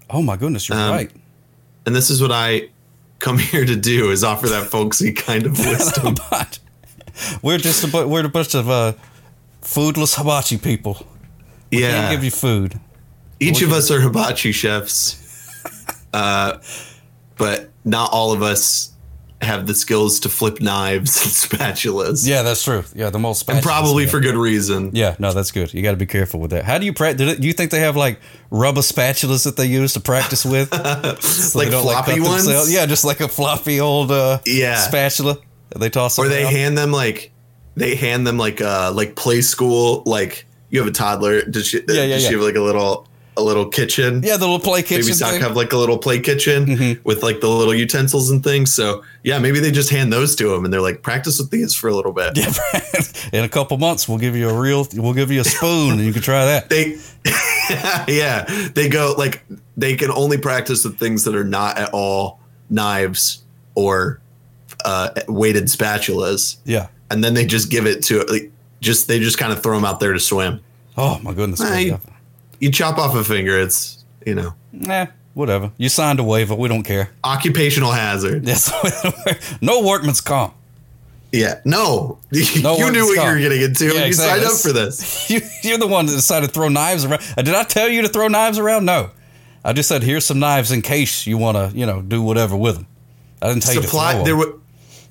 [SPEAKER 2] Oh my goodness, you're
[SPEAKER 5] Um,
[SPEAKER 2] right.
[SPEAKER 5] And this is what I come here to do is offer that folksy kind of wisdom.
[SPEAKER 2] But we're just a, bu- we're a bunch of uh, foodless hibachi people. Can't give
[SPEAKER 5] yeah.
[SPEAKER 2] you food.
[SPEAKER 5] Each of us are hibachi chefs. Uh, but not all of us have the skills to flip knives and spatulas.
[SPEAKER 2] Yeah, that's true. Yeah, the most
[SPEAKER 5] And probably
[SPEAKER 2] yeah.
[SPEAKER 5] for good reason.
[SPEAKER 2] Yeah, no, that's good. You got to be careful with that. How do you practice? Do you think they have like rubber spatulas that they use to practice with? So
[SPEAKER 5] Like
[SPEAKER 2] they don't,
[SPEAKER 5] floppy
[SPEAKER 2] cut
[SPEAKER 5] ones?
[SPEAKER 2] themselves? Yeah, just like a floppy old uh,
[SPEAKER 5] Yeah.
[SPEAKER 2] spatula. that They toss
[SPEAKER 5] or they
[SPEAKER 2] around.
[SPEAKER 5] hand them like they hand them like uh like play school like you have a toddler does she
[SPEAKER 2] Yeah, yeah,
[SPEAKER 5] does
[SPEAKER 2] yeah.
[SPEAKER 5] she have like a little a little kitchen
[SPEAKER 2] yeah, the little play
[SPEAKER 5] maybe
[SPEAKER 2] kitchen
[SPEAKER 5] sock
[SPEAKER 2] thing. Mm-hmm.
[SPEAKER 5] have like a little play kitchen with like the little utensils and things so yeah maybe they just hand those to them and they're like practice with these for a little bit
[SPEAKER 2] In a couple months, we'll give you a real. We'll give you a spoon, and you can try that.
[SPEAKER 5] they yeah they go like they can only practice with things that are not at all knives or uh weighted spatulas
[SPEAKER 2] Yeah.
[SPEAKER 5] and then they just give it to like just they just kind of throw them out there to swim
[SPEAKER 2] Oh my goodness.
[SPEAKER 5] Nah, you-
[SPEAKER 2] Nah,
[SPEAKER 5] you chop off a finger, it's you know
[SPEAKER 2] nah, whatever. You signed a waiver. We don't care.
[SPEAKER 5] occupational hazard.
[SPEAKER 2] That's no workman's comp.
[SPEAKER 5] Yeah, no,
[SPEAKER 2] No
[SPEAKER 5] you
[SPEAKER 2] one
[SPEAKER 5] knew
[SPEAKER 2] is
[SPEAKER 5] what
[SPEAKER 2] gone.
[SPEAKER 5] you were getting into.
[SPEAKER 2] Yeah,
[SPEAKER 5] and you
[SPEAKER 2] exactly.
[SPEAKER 5] signed up for this.
[SPEAKER 2] you, you're the one that decided to throw knives around. Uh, Did I tell you to throw knives around? No. I just said, here's some knives in case you want to, you know, do whatever with them. I didn't tell
[SPEAKER 5] Supply
[SPEAKER 2] you to throw
[SPEAKER 5] there
[SPEAKER 2] them.
[SPEAKER 5] were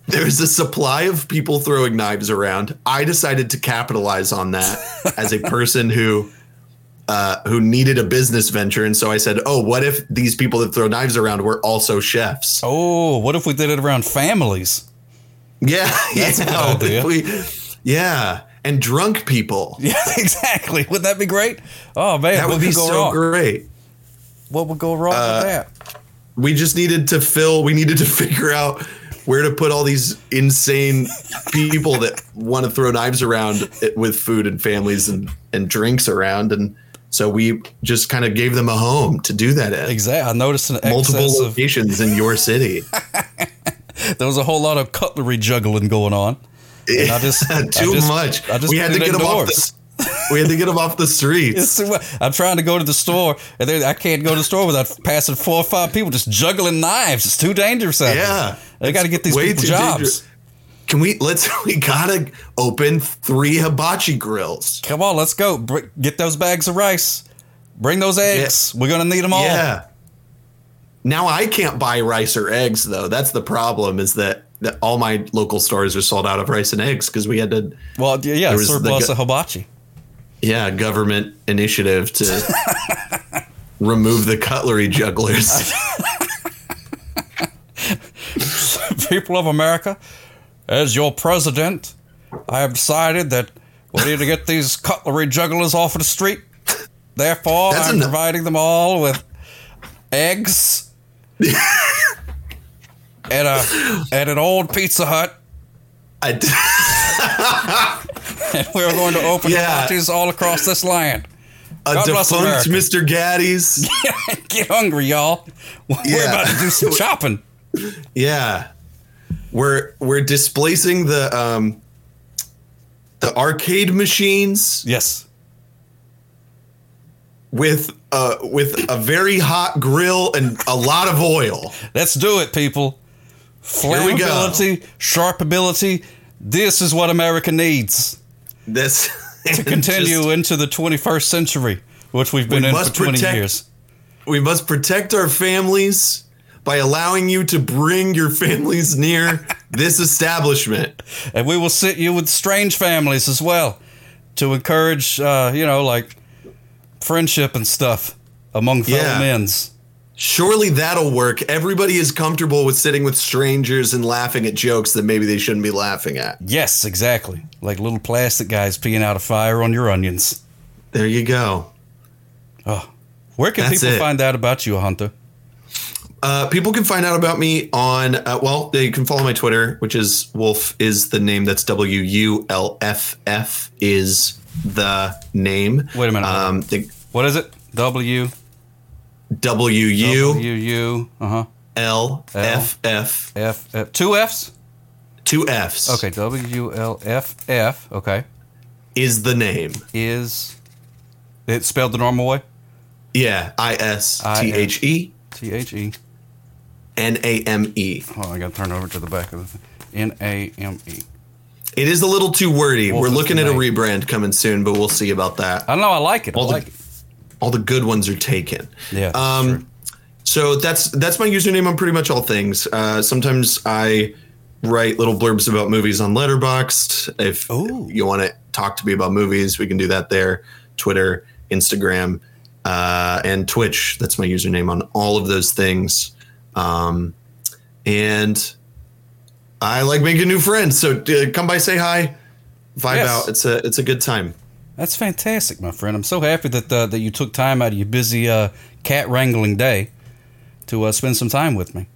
[SPEAKER 5] there was a supply of people throwing knives around. I decided to capitalize on that as a person who. Uh, who needed a business venture, and so I said, "Oh, what if these people that throw knives around were also chefs?"
[SPEAKER 2] oh, what if we did it around families?
[SPEAKER 5] yeah,
[SPEAKER 2] That's a
[SPEAKER 5] yeah,
[SPEAKER 2] good
[SPEAKER 5] what if
[SPEAKER 2] idea.
[SPEAKER 5] we- yeah, and drunk people.
[SPEAKER 2] Yeah, exactly. Wouldn't that be great? Oh, man.
[SPEAKER 5] that
[SPEAKER 2] what
[SPEAKER 5] would be
[SPEAKER 2] could go
[SPEAKER 5] so uh,
[SPEAKER 2] wrong?
[SPEAKER 5] great.
[SPEAKER 2] What would go wrong with that?
[SPEAKER 5] we just needed to fill we needed to figure out where to put all these insane people that want to throw knives around it- with food and families and and drinks around and so we just kind of gave them a home to do that at
[SPEAKER 2] Exactly. I noticed an
[SPEAKER 5] multiple
[SPEAKER 2] excess of
[SPEAKER 5] locations in your city
[SPEAKER 2] there was a whole lot of cutlery juggling going on. And I just I
[SPEAKER 5] Too
[SPEAKER 2] just-
[SPEAKER 5] much.
[SPEAKER 2] I just
[SPEAKER 5] we had to
[SPEAKER 2] put it
[SPEAKER 5] get him off
[SPEAKER 2] indoors.
[SPEAKER 5] the. We had to get him off the streets.
[SPEAKER 2] It's too much. I'm trying to go to the store, and then I can't go to the store without passing four or five people just juggling knives. It's too dangerous out
[SPEAKER 5] Yeah.
[SPEAKER 2] here. They got to get these
[SPEAKER 5] Way
[SPEAKER 2] people
[SPEAKER 5] too
[SPEAKER 2] jobs.
[SPEAKER 5] dangerous. Can we? Let's. We gotta open three hibachi grills.
[SPEAKER 2] Come on, let's go. Br- get those bags of rice. Bring those eggs. We're gonna need them all.
[SPEAKER 5] Yeah. Now I can't buy rice or eggs though. That's the problem. Is that that all my local stores are sold out of rice and eggs because we had to.
[SPEAKER 2] Well, yeah, yeah
[SPEAKER 5] There was the
[SPEAKER 2] surplus
[SPEAKER 5] gu-
[SPEAKER 2] of hibachi.
[SPEAKER 5] Yeah, government initiative to remove the cutlery jugglers.
[SPEAKER 2] people of America, as your president, I have decided that we need to get these cutlery jugglers off of the street. Therefore,
[SPEAKER 5] That's
[SPEAKER 2] I'm
[SPEAKER 5] enough.
[SPEAKER 2] providing them all with eggs and a at an old Pizza Hut,
[SPEAKER 5] I d-
[SPEAKER 2] and we're going to open
[SPEAKER 5] Yeah.
[SPEAKER 2] hibachi's all across this land.
[SPEAKER 5] a
[SPEAKER 2] God bless
[SPEAKER 5] defunct
[SPEAKER 2] America.
[SPEAKER 5] Mr. Gaddy's.
[SPEAKER 2] Get hungry, y'all. We're
[SPEAKER 5] Yeah.
[SPEAKER 2] about to do some chopping.
[SPEAKER 5] Yeah. We're we're displacing the um the arcade machines
[SPEAKER 2] Yes.
[SPEAKER 5] with uh with a very hot grill and a lot of oil.
[SPEAKER 2] Let's do it, people.
[SPEAKER 5] we go.
[SPEAKER 2] Flammability, sharp ability. This is what America needs.
[SPEAKER 5] This
[SPEAKER 2] to continue into the 21st century, which we've been
[SPEAKER 5] We
[SPEAKER 2] in for
[SPEAKER 5] must
[SPEAKER 2] 20
[SPEAKER 5] protect-
[SPEAKER 2] years.
[SPEAKER 5] we must protect our families by allowing you to bring your families near this establishment.
[SPEAKER 2] And we will sit you with strange families as well to encourage, uh, you know, like friendship and stuff among fellow
[SPEAKER 5] Yeah.
[SPEAKER 2] men's.
[SPEAKER 5] Surely that'll work. Everybody is comfortable with sitting with strangers and laughing at jokes that maybe they shouldn't be laughing at.
[SPEAKER 2] Yes, exactly. Like little plastic guys peeing out a fire on your onions.
[SPEAKER 5] There you go.
[SPEAKER 2] Where can
[SPEAKER 5] That's
[SPEAKER 2] people
[SPEAKER 5] it.
[SPEAKER 2] find out about you, Hunter?
[SPEAKER 5] Uh, people can find out about me on uh, well, they can follow my Twitter, which is Wolf is the name. That's W U L F F is the name.
[SPEAKER 2] Wait a minute.
[SPEAKER 5] Um, the
[SPEAKER 2] What is it? W
[SPEAKER 5] W U
[SPEAKER 2] W U uh huh
[SPEAKER 5] L F F
[SPEAKER 2] F F two F's.
[SPEAKER 5] two F's.
[SPEAKER 2] Okay, W L F F. Okay,
[SPEAKER 5] is the name.
[SPEAKER 2] is it spelled the normal way?
[SPEAKER 5] Yeah, I S T H E
[SPEAKER 2] T H E.
[SPEAKER 5] N A M E.
[SPEAKER 2] Hold on, I gotta turn over to the back of the thing. N A M E.
[SPEAKER 5] It is a little too wordy.
[SPEAKER 2] Wolf
[SPEAKER 5] We're
[SPEAKER 2] is Uh,
[SPEAKER 5] looking
[SPEAKER 2] the
[SPEAKER 5] at a
[SPEAKER 2] name.
[SPEAKER 5] rebrand coming soon, but we'll see about that.
[SPEAKER 2] I don't know. I like it. I
[SPEAKER 5] All the-
[SPEAKER 2] like it.
[SPEAKER 5] All the good ones are taken.
[SPEAKER 2] Yeah.
[SPEAKER 5] Um,
[SPEAKER 2] sure.
[SPEAKER 5] So that's that's my username on pretty much all things. Uh, sometimes I write little blurbs about movies on Letterboxd. If
[SPEAKER 2] Ooh.
[SPEAKER 5] you want to talk to me about movies, we can do that there. Twitter, Instagram, uh, and Twitch. That's my username on all of those things. Um, and I like making new friends, so uh, come by, say hi, vibe
[SPEAKER 2] Yes.
[SPEAKER 5] out. It's a it's a good time.
[SPEAKER 2] That's fantastic, my friend. I'm so happy that uh, that you took time out of your busy uh, cat wrangling day to uh, spend some time with me.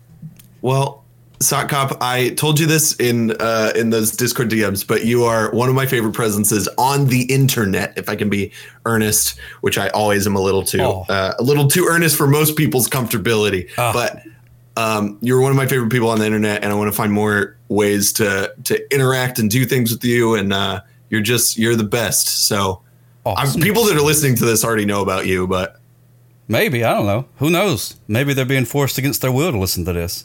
[SPEAKER 5] Well, Sock Cop, I told you this in uh, in those Discord DMs, but you are one of my favorite presences on the internet. If I can be earnest, which I always am a little too
[SPEAKER 2] Aw.
[SPEAKER 5] uh, a little too earnest for most people's comfortability,
[SPEAKER 2] Oh. Ah.
[SPEAKER 5] but. Um, you're one of my favorite people on the internet, and I want to find more ways to to interact and do things with you. And uh, you're just you're the best. So, I'm,
[SPEAKER 2] Awesome.
[SPEAKER 5] people that are listening to this already know about you, but
[SPEAKER 2] Maybe I don't know. Who knows? Maybe they're being forced against their will to listen to this,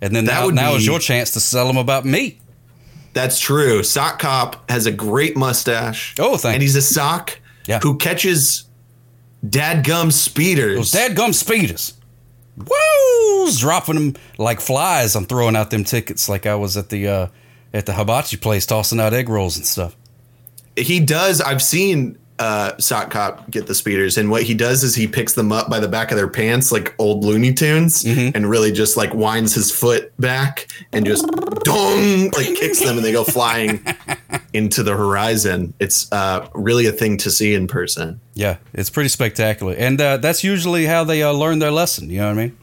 [SPEAKER 2] and then
[SPEAKER 5] That
[SPEAKER 2] now,
[SPEAKER 5] would
[SPEAKER 2] now is
[SPEAKER 5] be-
[SPEAKER 2] your chance to sell them about me.
[SPEAKER 5] That's true. Sock Cop has a great mustache.
[SPEAKER 2] Oh, thank
[SPEAKER 5] And
[SPEAKER 2] you.
[SPEAKER 5] he's a sock
[SPEAKER 2] Yeah.
[SPEAKER 5] who catches dadgum speeders.
[SPEAKER 2] Those dadgum speeders. Woo's dropping them like flies. I'm throwing out them tickets like I was at the uh, at the hibachi place tossing out egg rolls and stuff.
[SPEAKER 5] he does. I've seen uh, Sock Cop get the speeders, and what he does is he picks them up by the back of their pants like old Looney Tunes,
[SPEAKER 2] Mm-hmm.
[SPEAKER 5] and really just like winds his foot back and just dong like kicks them, and they go flying into the horizon. It's uh, really a thing to see in person.
[SPEAKER 2] Yeah, it's pretty spectacular, and uh, that's usually how they uh, learn their lesson. You know what I mean?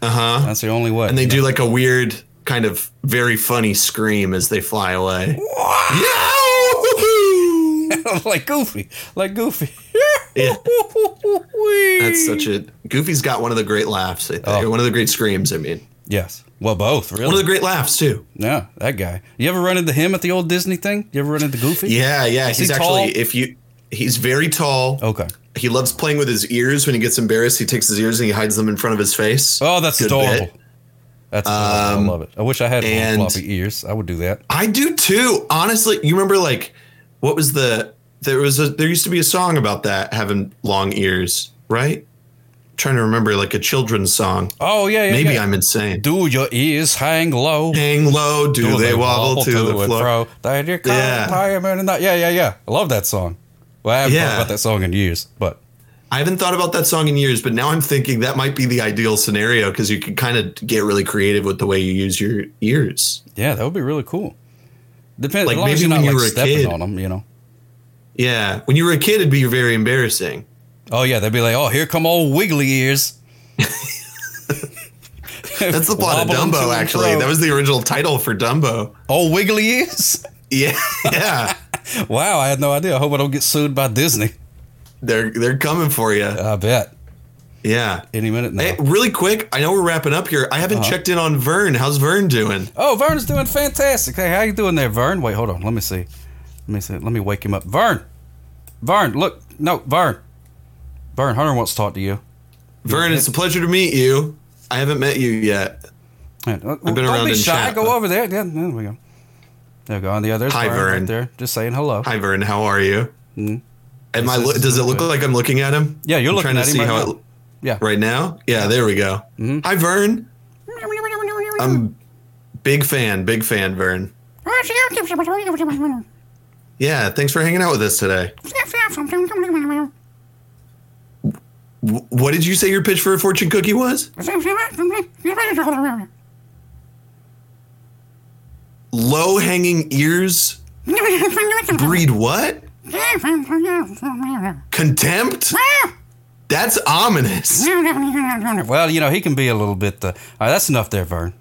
[SPEAKER 2] Uh huh. That's the only way.
[SPEAKER 5] Uh-huh. And they do like a weird kind of very funny scream as they fly away. Yeah!
[SPEAKER 2] like Goofy, like Goofy.
[SPEAKER 5] Yeah. That's such a Goofy's got one of the great laughs, I think.
[SPEAKER 2] Oh.
[SPEAKER 5] One of the great screams, I mean.
[SPEAKER 2] yes, Well, both
[SPEAKER 5] One of
[SPEAKER 2] really.
[SPEAKER 5] the great laughs too.
[SPEAKER 2] yeah, that guy. You ever run into him at the old Disney thing? You ever run into Goofy?
[SPEAKER 5] Yeah, yeah.
[SPEAKER 2] Is he
[SPEAKER 5] he's
[SPEAKER 2] tall?
[SPEAKER 5] actually if you he's very tall.
[SPEAKER 2] Okay.
[SPEAKER 5] He loves playing with his ears. When he gets embarrassed, he takes his ears and he hides them in front of his face.
[SPEAKER 2] Oh, that's
[SPEAKER 5] Good
[SPEAKER 2] adorable.
[SPEAKER 5] bit.
[SPEAKER 2] That's adorable. I love it. I wish I had
[SPEAKER 5] Um, and-
[SPEAKER 2] little floppy ears. I would do that.
[SPEAKER 5] I do too. Honestly, you remember like what was the there was a there used to be a song about that having long ears, right? trying to remember like a children's song.
[SPEAKER 2] Oh yeah, yeah.
[SPEAKER 5] Maybe
[SPEAKER 2] yeah.
[SPEAKER 5] I'm insane.
[SPEAKER 2] Do your ears hang low?
[SPEAKER 5] Hang low, do, they, wobble, to, the
[SPEAKER 2] and
[SPEAKER 5] floor?
[SPEAKER 2] fro? Then you can't
[SPEAKER 5] Yeah.
[SPEAKER 2] tie 'em in and out. Yeah, yeah, yeah. I love that song. Well, I haven't
[SPEAKER 5] Yeah.
[SPEAKER 2] thought about that song in years, but
[SPEAKER 5] I haven't thought about that song in years, but now I'm thinking that might be the ideal scenario because you can kind of get really creative with the way you use your ears.
[SPEAKER 2] yeah, that would be really cool. Depends.
[SPEAKER 5] Like,
[SPEAKER 2] as long as
[SPEAKER 5] maybe
[SPEAKER 2] you're
[SPEAKER 5] when
[SPEAKER 2] not
[SPEAKER 5] you
[SPEAKER 2] like
[SPEAKER 5] were a
[SPEAKER 2] stepping
[SPEAKER 5] kid.
[SPEAKER 2] on them, you know.
[SPEAKER 5] Yeah, when you were a kid, it'd be very embarrassing.
[SPEAKER 2] Oh yeah, they'd be like, oh, here come old wiggly ears.
[SPEAKER 5] That's the plot of
[SPEAKER 2] Wobbling to
[SPEAKER 5] Dumbo,
[SPEAKER 2] and
[SPEAKER 5] actually.
[SPEAKER 2] fro.
[SPEAKER 5] That was the original title for Dumbo.
[SPEAKER 2] Old wiggly ears.
[SPEAKER 5] Yeah, yeah,
[SPEAKER 2] wow, I had no idea. I hope I don't get sued by Disney.
[SPEAKER 5] they're they're coming for you.
[SPEAKER 2] I bet
[SPEAKER 5] Yeah.
[SPEAKER 2] any minute now.
[SPEAKER 5] Hey, really quick, I know we're wrapping up here. I haven't checked in on Vern. How's Vern doing?
[SPEAKER 2] Oh, Vern's doing fantastic. Hey, how you doing there, Vern? Wait, hold on. Let me see. Let me see. Let me wake him up. Vern. Vern, look. No, Vern. Vern, Hunter wants to talk to you.
[SPEAKER 5] Vern, it's a pleasure to meet you. I haven't met you yet.
[SPEAKER 2] I've
[SPEAKER 5] been
[SPEAKER 2] uh, Don't
[SPEAKER 5] around
[SPEAKER 2] be
[SPEAKER 5] in
[SPEAKER 2] shy.
[SPEAKER 5] chat,
[SPEAKER 2] Go
[SPEAKER 5] but-
[SPEAKER 2] over there. Yeah, there we go. There we go. On the other.
[SPEAKER 5] Hi, Vern.
[SPEAKER 2] Right there, just saying hello.
[SPEAKER 5] Hi, Vern. How are you? Am I? Lo-
[SPEAKER 2] Hmm? This is
[SPEAKER 5] does it look
[SPEAKER 2] good.
[SPEAKER 5] like I'm looking at him?
[SPEAKER 2] Yeah, you're
[SPEAKER 5] I'm
[SPEAKER 2] looking
[SPEAKER 5] trying
[SPEAKER 2] at
[SPEAKER 5] to
[SPEAKER 2] him
[SPEAKER 5] see
[SPEAKER 2] right
[SPEAKER 5] how
[SPEAKER 2] now.
[SPEAKER 5] It,
[SPEAKER 2] Yeah. Mm-hmm.
[SPEAKER 5] right now. Yeah, there we go. Hi, Vern. I'm big fan. Big fan, Vern. Yeah, thanks for hanging out with us today. W- What did you say your pitch for a fortune cookie was? Low hanging ears breed what? Contempt? That's ominous.
[SPEAKER 2] Well, you know he can be a little bit. Uh, all right, that's enough there, Vern.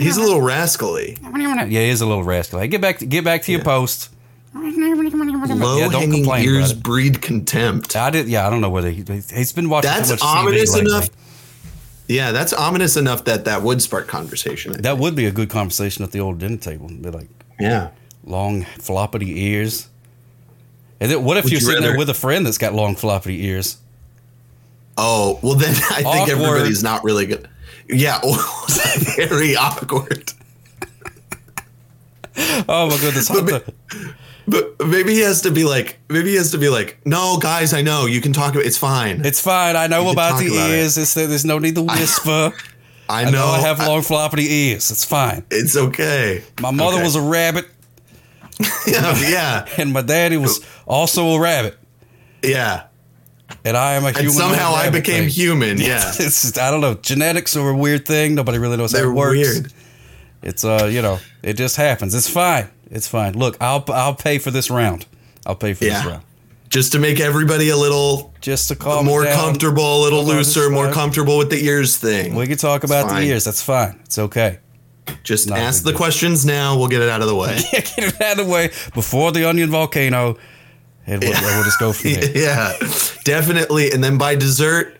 [SPEAKER 5] He's a little rascally.
[SPEAKER 2] Yeah, he is a little rascal. Hey, get back. To, get back to your post.
[SPEAKER 5] Low
[SPEAKER 2] don't
[SPEAKER 5] hanging
[SPEAKER 2] complain
[SPEAKER 5] ears
[SPEAKER 2] about it.
[SPEAKER 5] breed contempt.
[SPEAKER 2] I did. Yeah, I don't know whether he, he's been watching.
[SPEAKER 5] That's
[SPEAKER 2] too much TV
[SPEAKER 5] ominous
[SPEAKER 2] lately.
[SPEAKER 5] enough. Yeah, that's ominous enough that that would spark conversation.
[SPEAKER 2] That would be a good conversation at the old dinner table. Be like
[SPEAKER 5] yeah.
[SPEAKER 2] long floppity ears. And then what if
[SPEAKER 5] Would
[SPEAKER 2] you're
[SPEAKER 5] you
[SPEAKER 2] sitting there
[SPEAKER 5] rather-
[SPEAKER 2] with a friend that's got long floppity ears?
[SPEAKER 5] Oh, well then I think
[SPEAKER 2] Awkward.
[SPEAKER 5] everybody's not really good. Yeah, very awkward.
[SPEAKER 2] Oh my goodness! I'll have to-
[SPEAKER 5] But maybe he has to be like, maybe he has to be like, no, guys, I know you can talk about. It's fine.
[SPEAKER 2] it's fine. I know
[SPEAKER 5] can
[SPEAKER 2] about
[SPEAKER 5] talk
[SPEAKER 2] the
[SPEAKER 5] about it.
[SPEAKER 2] ears. It's, there's no need to whisper.
[SPEAKER 5] I know.
[SPEAKER 2] I know I have long floppity ears. It's fine.
[SPEAKER 5] it's okay.
[SPEAKER 2] My mother
[SPEAKER 5] Okay.
[SPEAKER 2] was a rabbit,
[SPEAKER 5] yeah, yeah,
[SPEAKER 2] and my daddy was also a rabbit,
[SPEAKER 5] yeah.
[SPEAKER 2] and I am a human.
[SPEAKER 5] And
[SPEAKER 2] with a
[SPEAKER 5] somehow I
[SPEAKER 2] rabbit
[SPEAKER 5] became
[SPEAKER 2] thing.
[SPEAKER 5] human. Yeah,
[SPEAKER 2] It's just, I don't know. Genetics are a weird thing. Nobody really knows how
[SPEAKER 5] they're
[SPEAKER 2] it works.
[SPEAKER 5] weird.
[SPEAKER 2] It's uh, you know, it just happens. It's fine. It's fine. Look, I'll I'll pay for this round. I'll pay for this
[SPEAKER 5] Yeah,
[SPEAKER 2] round.
[SPEAKER 5] just to make everybody a little
[SPEAKER 2] Just to calm it
[SPEAKER 5] more
[SPEAKER 2] down.
[SPEAKER 5] comfortable, a little
[SPEAKER 2] Hold on, this
[SPEAKER 5] looser, more
[SPEAKER 2] side.
[SPEAKER 5] comfortable with the ears thing.
[SPEAKER 2] We can talk about the
[SPEAKER 5] fine.
[SPEAKER 2] ears. That's fine. It's okay.
[SPEAKER 5] Just
[SPEAKER 2] Not
[SPEAKER 5] ask
[SPEAKER 2] big
[SPEAKER 5] the
[SPEAKER 2] deal.
[SPEAKER 5] questions now. We'll get it out of the way.
[SPEAKER 2] Get it out of the way before the onion volcano, and we'll, we'll just go from there.
[SPEAKER 5] yeah, definitely. And then by dessert,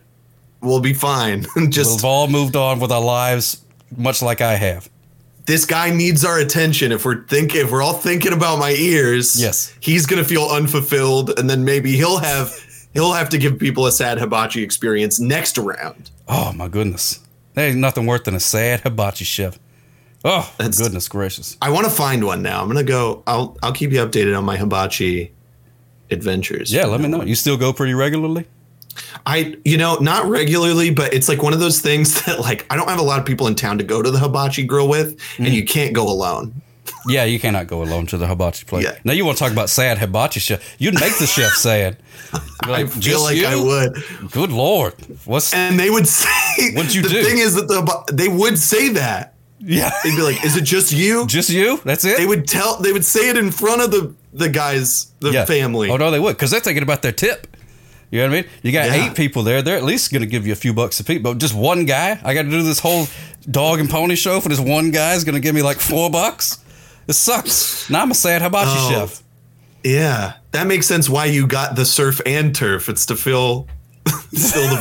[SPEAKER 5] we'll be fine. Just
[SPEAKER 2] We've all moved on with our lives, much like I have.
[SPEAKER 5] this guy needs our attention. If we're think, if we're all thinking about my ears,
[SPEAKER 2] Yes.
[SPEAKER 5] he's gonna feel unfulfilled, and then maybe he'll have he'll have to give people a sad hibachi experience next round.
[SPEAKER 2] Oh my goodness, there ain't nothing worse than a sad hibachi chef. Oh
[SPEAKER 5] That's-
[SPEAKER 2] goodness gracious!
[SPEAKER 5] I want to find one now. I'm gonna go. I'll I'll keep you updated on my hibachi adventures.
[SPEAKER 2] Yeah, let me know. You still go pretty regularly?
[SPEAKER 5] I you know not regularly, but it's like one of those things that like I don't have a lot of people in town to go to the hibachi grill with,
[SPEAKER 2] Mm.
[SPEAKER 5] and you can't go alone.
[SPEAKER 2] Yeah, you cannot go alone to the hibachi place.
[SPEAKER 5] Yeah.
[SPEAKER 2] Now you want to talk about sad hibachi chef? You'd make the chef sad. Be
[SPEAKER 5] I
[SPEAKER 2] like,
[SPEAKER 5] feel
[SPEAKER 2] "Just
[SPEAKER 5] like I
[SPEAKER 2] you?
[SPEAKER 5] would.
[SPEAKER 2] Good lord, what's
[SPEAKER 5] And they would say,
[SPEAKER 2] What'd you
[SPEAKER 5] the
[SPEAKER 2] do?
[SPEAKER 5] thing is that the hiba- they would say that.
[SPEAKER 2] yeah?
[SPEAKER 5] They'd be like, "Is it just you?"
[SPEAKER 2] Just you? That's it?
[SPEAKER 5] they would tell. They would say it in front of the the guys, the
[SPEAKER 2] Yeah.
[SPEAKER 5] family.
[SPEAKER 2] Oh no, they would, because they're thinking about their tip. You know what I mean? You got
[SPEAKER 5] Yeah.
[SPEAKER 2] eight people there. They're at least going to give you a few bucks a piece. But just one guy, I got to do this whole dog and pony show for this one guy is going to give me like four bucks. It sucks. Now I'm a sad hibachi
[SPEAKER 5] Oh.
[SPEAKER 2] chef.
[SPEAKER 5] Yeah, that makes sense. Why you got the surf and turf? It's to fill fill the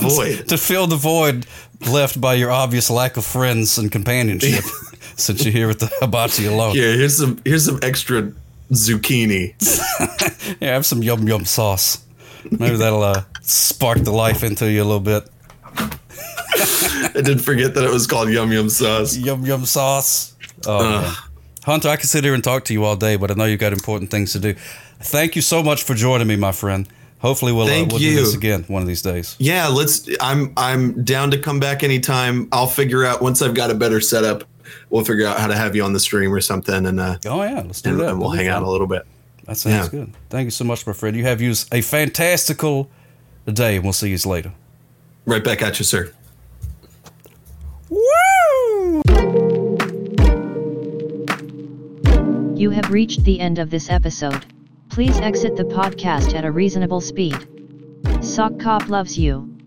[SPEAKER 5] void.
[SPEAKER 2] to fill the void left by your obvious lack of friends and companionship since you're here with the hibachi alone. Yeah,
[SPEAKER 5] Here, here's some here's some extra zucchini.
[SPEAKER 2] have some yum yum sauce. Maybe that'll uh, spark the life into you a little bit.
[SPEAKER 5] I didn't forget that it was called yum yum sauce.
[SPEAKER 2] Yum yum sauce. Oh, man. Hunter, I could sit here and talk to you all day, but I know you've got important things to do. Thank you so much for joining me, my friend. Hopefully, we'll, uh,
[SPEAKER 5] Thank
[SPEAKER 2] we'll do this
[SPEAKER 5] you.
[SPEAKER 2] again one of these days.
[SPEAKER 5] Yeah, let's. I'm I'm down to come back anytime. I'll figure out once I've got a better setup. We'll figure out how to have you on the stream or something, and uh,
[SPEAKER 2] Oh, yeah, let's do
[SPEAKER 5] and,
[SPEAKER 2] that.
[SPEAKER 5] and we'll
[SPEAKER 2] That'd be
[SPEAKER 5] hang out
[SPEAKER 2] fun.
[SPEAKER 5] a little bit.
[SPEAKER 2] That sounds
[SPEAKER 5] Yeah.
[SPEAKER 2] good. Thank you so much, my friend. You have used a fantastical day, and we'll see you later.
[SPEAKER 5] Right back at you, sir.
[SPEAKER 1] You have reached the end of this episode. Please exit the podcast at a reasonable speed. Sock Cop loves you.